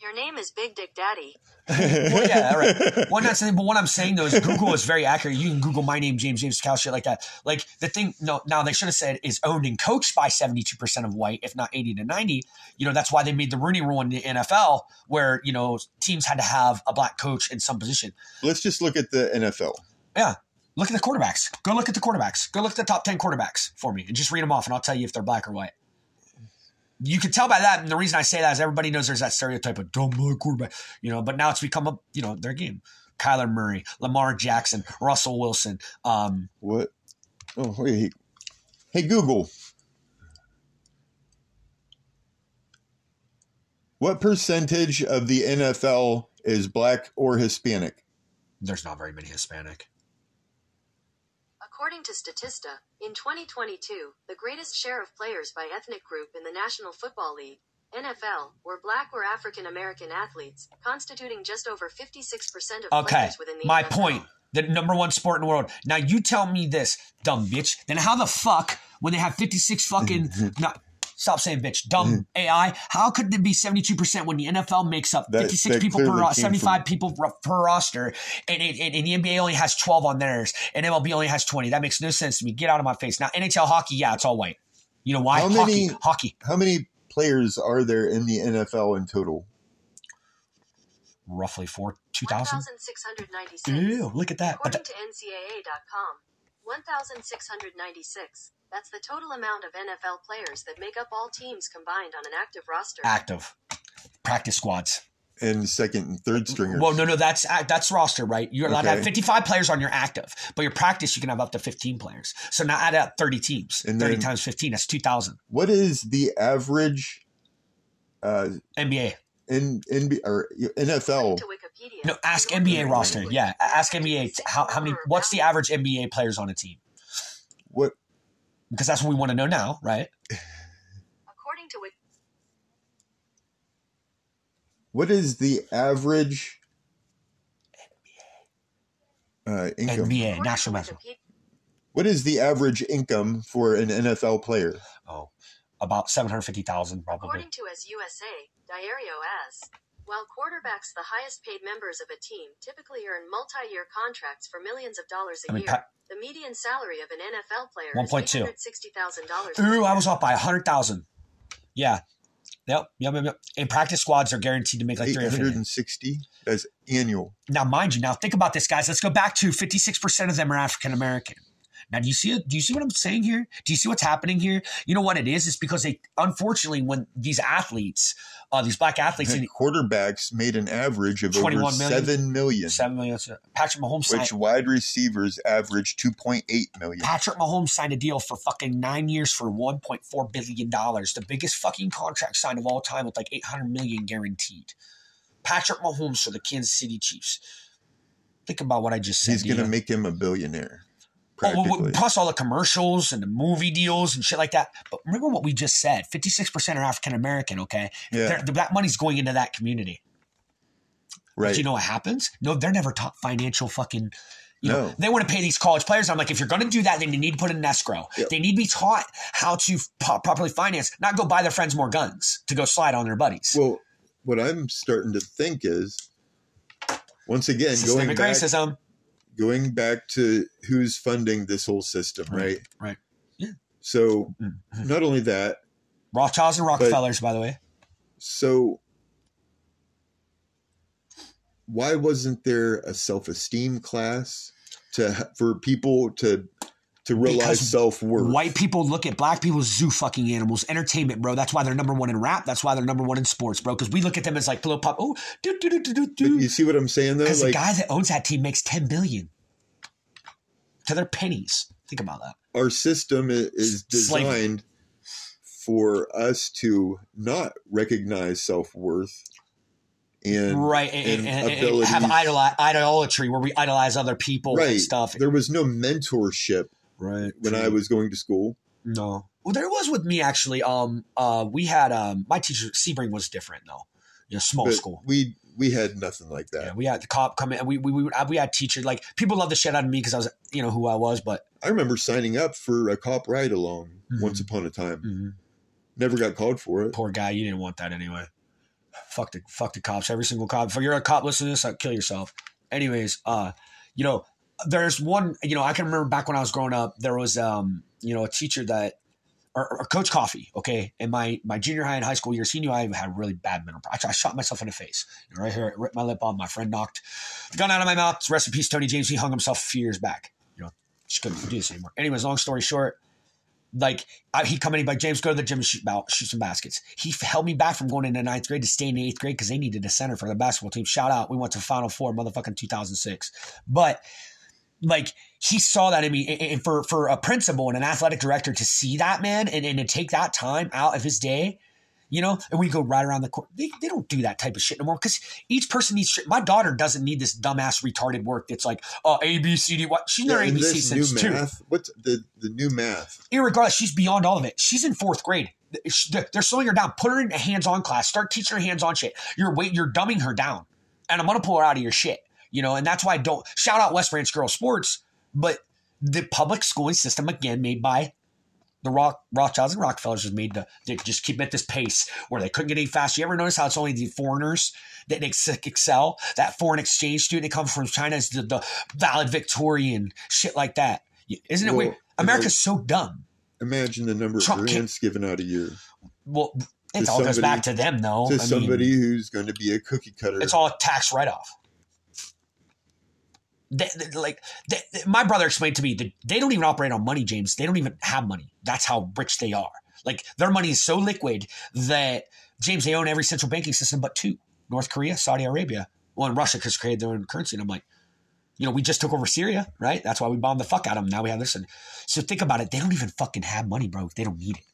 Speaker 3: Your name is Big Dick Daddy.
Speaker 1: Well, yeah, all right. Well, not saying, but what I'm saying though is Google is very accurate. You can Google my name, James James Cal, shit like that. Like the thing, no, now they should have said is owned and coached by 72 percent of white, if not 80 to 90. You know that's why they made the Rooney Rule in the NFL, where you know teams had to have a black coach in some position.
Speaker 2: Let's just look at the NFL.
Speaker 1: Yeah. Look at the quarterbacks. Go look at the quarterbacks. Go look at the top 10 quarterbacks for me and just read them off, and I'll tell you if they're black or white. You can tell by that. And the reason I say that is everybody knows there's that stereotype of dumb black quarterback, you know, but now it's become a, you know, their game. Kyler Murray, Lamar Jackson, Russell Wilson. Um,
Speaker 2: What? Oh, wait. Hey Google. What percentage of the NFL is black or Hispanic?
Speaker 1: there's not very many Hispanic.
Speaker 3: According to Statista, in 2022, the greatest share of players by ethnic group in the National Football League, NFL, were black or African American athletes, constituting just over 56% of
Speaker 1: Okay.
Speaker 3: players within the
Speaker 1: My
Speaker 3: NFL.
Speaker 1: point. The number one sport in the world. Now you tell me this, dumb bitch. Then how the fuck, when they have 56 fucking. not, stop saying bitch. Dumb AI. How could it be 72% when the NFL makes up
Speaker 2: That-
Speaker 1: 56
Speaker 2: that
Speaker 1: people per
Speaker 2: clearly
Speaker 1: ro-
Speaker 2: came
Speaker 1: 75
Speaker 2: from-
Speaker 1: people per- per roster and, it, and, and the NBA only has 12 on theirs and MLB only has 20? That makes no sense to me. Get out of my face. Now, NHL hockey, yeah, it's all white. You know why?
Speaker 2: How
Speaker 1: hockey.
Speaker 2: many-
Speaker 1: Hockey.
Speaker 2: How many players are there in the NFL in total?
Speaker 1: Roughly four, 2,000.
Speaker 3: 1,696.
Speaker 1: Ew, look at that. But
Speaker 3: According to NCAA.com, 1,696. That's the total amount of NFL players that make up all teams combined on an active roster.
Speaker 1: active. Practice squads.
Speaker 2: And second and third stringers.
Speaker 1: Uh, Well, no, no, that's act- that's roster, right? You're allowed to have
Speaker 2: Okay.
Speaker 1: 55 players on your active, but your practice you can have up to 15 players. So now add up 30 teams,
Speaker 2: And
Speaker 1: 30
Speaker 2: then-
Speaker 1: times 15, that's 2,000.
Speaker 2: What is the average uh,
Speaker 1: NBA,
Speaker 2: in, in or
Speaker 3: According
Speaker 2: NFL?
Speaker 3: to Wikipedia,
Speaker 1: no, ask
Speaker 3: in order
Speaker 1: NBA
Speaker 3: to
Speaker 1: roster,
Speaker 3: evaluate
Speaker 1: yeah,
Speaker 3: the
Speaker 1: ask
Speaker 3: average
Speaker 1: NBA.
Speaker 3: of
Speaker 1: How, how many? What's the average NBA players on a team?
Speaker 2: What
Speaker 1: Because that's what we want to know now, right?
Speaker 3: According to Wik-
Speaker 2: what is the average uh, income?
Speaker 1: NBA
Speaker 3: according to
Speaker 1: national basketball.
Speaker 3: Wikipedia,
Speaker 2: What is the average income for an NFL player?
Speaker 1: Oh, about 750,000 probably.
Speaker 3: According to As USA, Diario As, while quarterbacks, the highest paid members of a team, typically earn multi year contracts for millions of dollars a
Speaker 1: I mean,
Speaker 3: year,
Speaker 1: pa-
Speaker 3: the median salary of an NFL player is
Speaker 1: 1.2.
Speaker 3: $860,000. per
Speaker 1: Ooh, I
Speaker 3: year.
Speaker 1: was off by 100,000. Yeah. Yep, yep, yep, yep. And practice squads are guaranteed to make like
Speaker 2: Eight
Speaker 1: 350.
Speaker 2: hundred and sixty. That's annual.
Speaker 1: now mind you now think about this guys let's go back to 56% of them are african american now do you see do you see what i'm saying here do you see what's happening here you know what it is it's because they unfortunately when these athletes uh, these black athletes
Speaker 2: And
Speaker 1: in
Speaker 2: quarterbacks made an average of over
Speaker 1: 21 million?
Speaker 2: seven million,
Speaker 1: seven million patrick mahomes signed,
Speaker 2: which wide receivers average two point eight million.
Speaker 1: patrick mahomes signed a deal for fucking nine years for 1.4 billion dollars the biggest fucking contract signed of all time with like 800 million guaranteed patrick mahomes for the kansas city chiefs think about what i just said
Speaker 2: He's going
Speaker 1: Dino.
Speaker 2: to make him a billionaire.
Speaker 1: Oh, well,
Speaker 2: Practically.
Speaker 1: well, plus all the commercials and the movie deals and shit like that. But remember what we just said: fifty-six percent are African American. Okay,
Speaker 2: yeah,
Speaker 1: They're- that money's going into that community.
Speaker 2: right.
Speaker 1: But you know what happens? No, they're never taught financial fucking. You know,
Speaker 2: No.
Speaker 1: they want to pay these college players. I'm like, if you're going to do that, then you need to put in an escrow.
Speaker 2: Yeah.
Speaker 1: They need to be taught how to pro- properly finance, not go buy their friends more guns to go slide on their buddies.
Speaker 2: well, what I'm starting to think is, once again, going
Speaker 1: Systemic
Speaker 2: back,
Speaker 1: racism.
Speaker 2: going back to who's funding this whole system,
Speaker 1: Right,
Speaker 2: right?
Speaker 1: right. Yeah.
Speaker 2: So
Speaker 1: Mm.
Speaker 2: not only that,
Speaker 1: Rothschilds and Rockefellers, by the way.
Speaker 2: so why wasn't there a self-esteem class to for people to to realize
Speaker 1: Because
Speaker 2: self worth.
Speaker 1: White people look at black people as zoo fucking animals, entertainment, bro. That's why they're number one in rap. That's why they're number one in sports, bro. Because we look at them as like pillow pop. Oh, do do do do do do.
Speaker 2: You see what I'm saying though?
Speaker 1: Because
Speaker 2: Like
Speaker 1: the guy that owns that team makes ten billion to their pennies. Think about that.
Speaker 2: our system i- is
Speaker 1: Slavery.
Speaker 2: designed for us to not recognize self worth and
Speaker 1: right, and, and, and, and
Speaker 2: abilities.
Speaker 1: have idoli- idolatry where we idolize other people
Speaker 2: right
Speaker 1: and stuff.
Speaker 2: There was no mentorship
Speaker 1: Right.
Speaker 2: when I was going to school.
Speaker 1: No. Well, there was with me actually. Um, uh, we had um, my teacher Sebring was different though. You know, small
Speaker 2: but
Speaker 1: school.
Speaker 2: We we had nothing like that.
Speaker 1: Yeah, we had the cop come in. We we we, would- we had teachers like people loved the shit out of me because I was you know who I was, but
Speaker 2: I remember signing up for a cop ride along
Speaker 1: Mhm.
Speaker 2: once upon a time.
Speaker 1: mm,
Speaker 2: Never got called for it.
Speaker 1: poor guy, you didn't want that anyway. Fuck the fuck the cops. Every single cop. If you're a cop listening to this, like, kill yourself. Anyways, uh, you know, there's one. You know, I can remember back when I was growing up, there was um, you know, a teacher that or, or Coach Coffee, okay, in my my junior high and high school years, he knew I had a really bad mental. I, I shot myself in the face, You know, right here, I ripped my lip off. My friend knocked the gun out of my mouth. Rest in peace, Tony James. He hung himself a few years back. You know, just couldn't do this anymore. Anyways, long story short, like I, he come in, he'd be like James, go to the gym and shoot, bal- shoot some baskets. He f- held me back from going into ninth grade to stay in the eighth grade because they needed a center for the basketball team. Shout out, we went to Final Four, motherfucking two thousand six, but like he saw that in me and- and for for a principal and an athletic director to see that man and, and to take that time out of his day you know and we go right around the court they, they don't do that type of shit no more because each person needs shit my daughter doesn't need this dumbass retarded work that's like oh a b c d what she's
Speaker 2: Yeah,
Speaker 1: learned
Speaker 2: and
Speaker 1: a b c
Speaker 2: this
Speaker 1: since
Speaker 2: new
Speaker 1: two
Speaker 2: math. What's the the new math?
Speaker 1: irregardless, she's beyond all of it. She's in fourth grade. They're slowing her down. Put her in a hands-on class. Start teaching her hands-on shit. You're wait, you're dumbing her down, and I'm gonna pull her out of your shit. You know, and that's why I don't shout out West Branch Girls Sports, but the public schooling system again made by the Rock, Rothschilds and Rockefellers was made to they could just keep at this pace where they couldn't get any faster. You ever notice how it's only the foreigners that ex- excel? That foreign exchange student that comes from China is the, the valedictorian shit like that. Isn't it
Speaker 2: Well,
Speaker 1: weird?
Speaker 2: and then-
Speaker 1: America's so dumb.
Speaker 2: Imagine the number of
Speaker 1: Trump can't-
Speaker 2: grants given out a year
Speaker 1: Well, it
Speaker 2: To
Speaker 1: all goes
Speaker 2: somebody-
Speaker 1: back to them, though.
Speaker 2: to
Speaker 1: I
Speaker 2: somebody
Speaker 1: Mean,
Speaker 2: who's going to be a cookie cutter.
Speaker 1: it's all a tax write off. They, they- like they, they- my brother explained to me that they don't even operate on money, James. They don't even have money. That's how rich they are. Like their money is so liquid that James, they own every central banking system but two: North Korea, Saudi Arabia, well, and Russia because created their own currency. And I'm like, you know, we just took over Syria, right? That's why we bombed the fuck out of them. Now we have this. And so think about it. They don't even fucking have money, bro. They don't need it.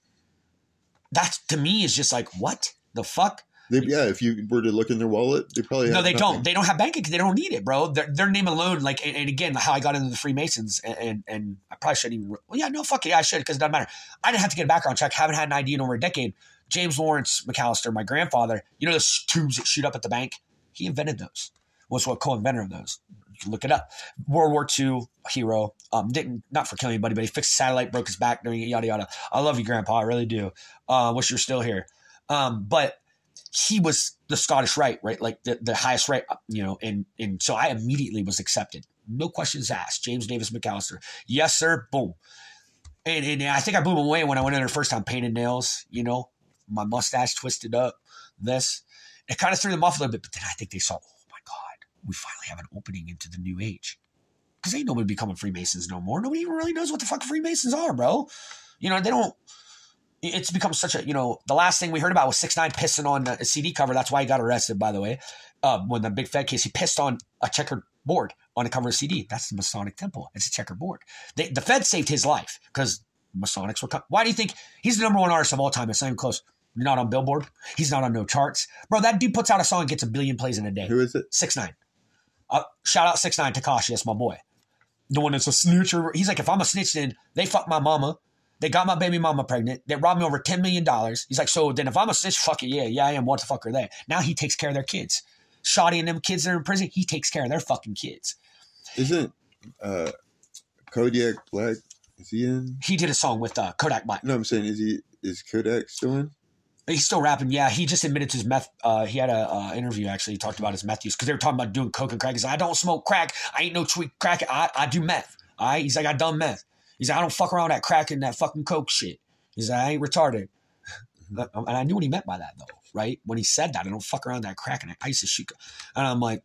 Speaker 1: That's to me is just like what the fuck.
Speaker 2: They- yeah, if you were to look in their wallet, they probably
Speaker 1: No,
Speaker 2: have
Speaker 1: they
Speaker 2: Oh, nothing.
Speaker 1: don't. They don't have banking. They don't need it, bro. Their, their name alone, like, and, and again, how I got into the Freemasons, and, and and I probably shouldn't even. Well, yeah, no, fuck it, yeah, I should because it doesn't matter. I didn't have to get a background check. Haven't had an ID in over a decade. James Lawrence McAllister, my grandfather, you know those tubes that shoot up at the bank. He invented those. Was what co-inventor of those. You can look it up. World War II hero. Um, didn't not for killing anybody, but he fixed satellite, broke his back during it. Yada yada. I love you, Grandpa. I really do. Uh, wish you were still here. Um, but he was the Scottish right, right? Like the, the highest right, you know, and and so I immediately was accepted. No questions asked. James Davis McAllister. Yes, sir. Boom. And, and I think I blew him away when I went in there first time painted nails, you know, my mustache twisted up, this. It kind of threw them off a little bit, but then I think they saw, oh my God, we finally have an opening into the new age. Because ain't nobody becoming Freemasons no more. Nobody even really knows what the fuck Freemasons are, bro. You know, they don't it's become such a you know the last thing we heard about was six nine pissing on a CD cover. That's why he got arrested, by the way. Uh, when the big fed case, he pissed on a checkered board on a cover of CD. That's the Masonic temple. It's a checkered board. They, the Fed saved his life because Masonics were. co- Why do you think he's the number one artist of all time? It's not even close. You're not on Billboard. He's not on no charts, bro. That dude puts out a song and gets a billion plays in a day.
Speaker 2: Who is it?
Speaker 1: Six nine. Uh, shout out six nine Takashi. That's my boy. The one that's a snitcher. He's like, if I'm a snitch, then they fuck my mama. They got my baby mama pregnant. They robbed me over ten million dollars. He's like, so then if I'm a snitch, fuck it, yeah, yeah, I am. What the fuck are they? Now he takes care of their kids. Shoddy and them kids that are in prison, he takes care of their fucking kids.
Speaker 2: Isn't uh, Kodiak Black? Is he in?
Speaker 1: He did a song with uh, Kodak Black.
Speaker 2: No, I'm saying is he is Kodak still in?
Speaker 1: He's still rapping. Yeah, he just admitted to his meth. Uh, he had a uh, interview actually. He talked about his meth use because they were talking about doing coke and crack. He's like, I don't smoke crack. I ain't no tweak crack. I, I do meth. All right. He's like, I done meth. He's like, I don't fuck around with that crack and that fucking coke shit. He's like, I ain't retarded. But- And I knew what he meant by that though, right? When he said that, I don't fuck around with that crack and I used to shoot. co-" And I'm like,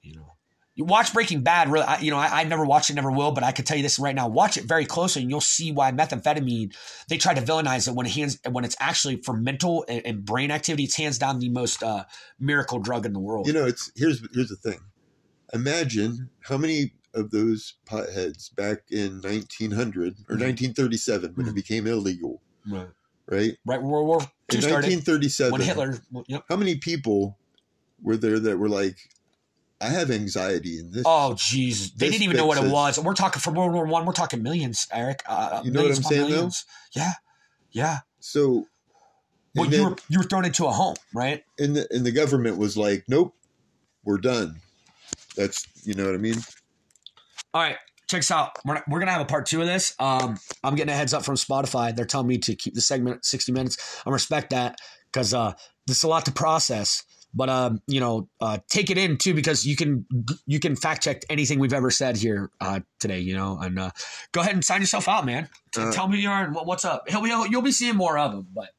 Speaker 1: you know, You watch Breaking Bad. Really, I, you know, I, I never watched it, never will, but I can tell you this right now: watch it very closely, and you'll see why methamphetamine. They try to villainize it when it hands when it's actually for mental and, and brain activity. It's hands down the most uh, miracle drug in the world.
Speaker 2: You know, it's here's here's the thing. Imagine how many of those potheads back in 1900 or
Speaker 1: Mhm.
Speaker 2: 1937 when
Speaker 1: Mhm.
Speaker 2: it became illegal,
Speaker 1: right.
Speaker 2: right?
Speaker 1: right when World War II
Speaker 2: In
Speaker 1: started, when
Speaker 2: 1937,
Speaker 1: Hitler. Yep.
Speaker 2: how many people were there that were like, "I have anxiety in this"?
Speaker 1: Oh, jeez, they
Speaker 2: This
Speaker 1: didn't even know what it
Speaker 2: fixes-
Speaker 1: was. We're talking from World War One. We're talking millions, Eric. Uh,
Speaker 2: You know what
Speaker 1: millions
Speaker 2: I'm
Speaker 1: upon
Speaker 2: saying, though?
Speaker 1: millions. Yeah, yeah.
Speaker 2: So,
Speaker 1: Well,
Speaker 2: and,
Speaker 1: you
Speaker 2: then,
Speaker 1: were you were thrown into a home, right?
Speaker 2: and, the, and the government was like, "Nope, we're done." That's you know what I mean.
Speaker 1: All right, check this out. We're, we're gonna have a part two of this. Um, I'm getting a heads up from Spotify. They're telling me to keep the segment at 60 minutes. I respect that because uh, this is a lot to process. But um, you know, uh, take it in too because you can you can fact check anything we've ever said here uh, today. You know, and uh, go ahead and sign yourself out, man. T-
Speaker 2: Uh,
Speaker 1: Tell me who you are and what, what's up. He'll be, you'll be seeing more of him, but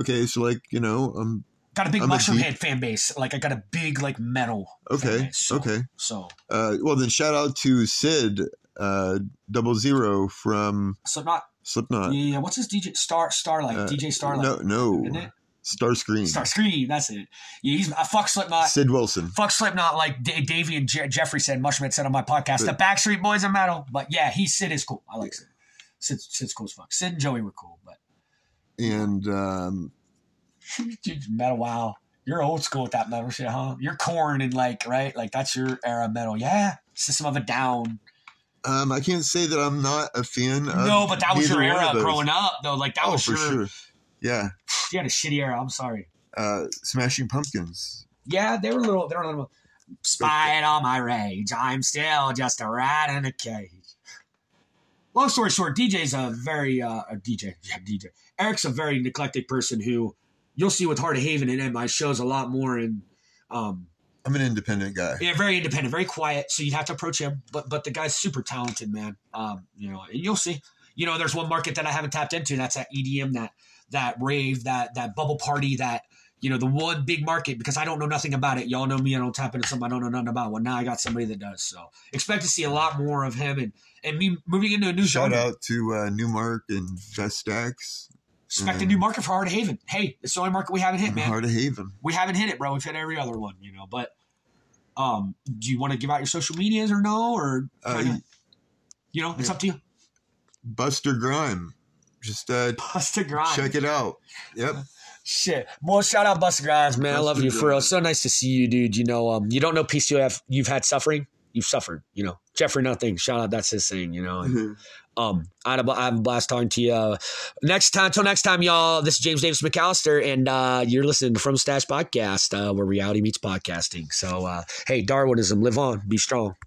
Speaker 2: Okay, so like you know, um,
Speaker 1: got a big
Speaker 2: I'm a
Speaker 1: mushroom
Speaker 2: deep-
Speaker 1: head fan base. Like I got a big like metal. fan
Speaker 2: okay,
Speaker 1: base, so,
Speaker 2: okay.
Speaker 1: So
Speaker 2: Uh, well, then shout out to Sid uh, Double Zero from
Speaker 1: so not
Speaker 2: Slipknot.
Speaker 1: yeah. What's his DJ Star Starlight
Speaker 2: Uh,
Speaker 1: DJ Starlight?
Speaker 2: No,
Speaker 1: isn't it?
Speaker 2: no, Starscream.
Speaker 1: Star Scream, that's it. Yeah, he's I fuck Slipknot.
Speaker 2: Sid Wilson.
Speaker 1: Fuck Slipknot, like D- Davey and Je- Jeffrey said, Mushman said on my podcast.
Speaker 2: But-
Speaker 1: The Backstreet Boys are metal, but yeah, he Sid is cool. I like Sid. Sid. Sid's cool as fuck. Sid and Joey were cool, but
Speaker 2: and um,
Speaker 1: Dude, metal. Wow, you're old school with that metal shit, huh? You're corn and like right, like that's your era metal. Yeah, System of a Down.
Speaker 2: um, I can't say that I'm not a fan. Of
Speaker 1: no, but that was your era
Speaker 2: up.
Speaker 1: growing up, though. Like that
Speaker 2: Oh,
Speaker 1: was
Speaker 2: for
Speaker 1: your.
Speaker 2: sure. Yeah,
Speaker 1: You had a shitty era. I'm sorry.
Speaker 2: uh, Smashing Pumpkins.
Speaker 1: Yeah, they were little. They were little. Spite all my rage, I'm still just a rat in a cage. Long story short, DJ's a very uh, a DJ, yeah, DJ. Eric's a very neglected person who you'll see with Heart of Haven and my shows a lot more and um
Speaker 2: I'm an independent guy.
Speaker 1: yeah, very independent, very quiet. So you'd have to approach him, but but the guy's super talented, man. Um, you know, and you'll see. You know, there's one market that I haven't tapped into. That's that EDM, that that rave, that that bubble party, that you know, the one big market because I don't know nothing about it. Y'all know me. I don't tap into something I don't know nothing about. Well, now I got somebody that does. So expect to see a lot more of him and and me moving into a new
Speaker 2: Shout
Speaker 1: genre.
Speaker 2: out to uh, Newmark and Vestax,
Speaker 1: Expect a new market for Hard Haven. Hey, it's the only market we haven't hit,
Speaker 2: and
Speaker 1: man.
Speaker 2: Heart of Haven.
Speaker 1: we haven't hit it, bro. We've hit every other one, you know. But um, do you want to give out your social medias or no? Or
Speaker 2: Uh,
Speaker 1: kinda- you know, it's
Speaker 2: yeah.
Speaker 1: up to you.
Speaker 2: Buster Grime. Just uh,
Speaker 1: Busta Grimes.
Speaker 2: check it out. Yep.
Speaker 1: Shit. Well, shout out Busta Grimes, man. I love
Speaker 2: Busta
Speaker 1: you for real.
Speaker 2: Grimes.
Speaker 1: So nice to see you, dude. You know, um, you don't know peace you have. You've had suffering. You've suffered. You know, Jeffrey Nothing. Shout out. That's his thing. You know. And, um, I had a, I have a blast talking to you. Uh, next time, till next time, y'all. This is James Davis McAllister, and uh, you're listening to From Stash Podcast, uh, where reality meets podcasting. So, uh, hey, Darwinism, live on, be strong.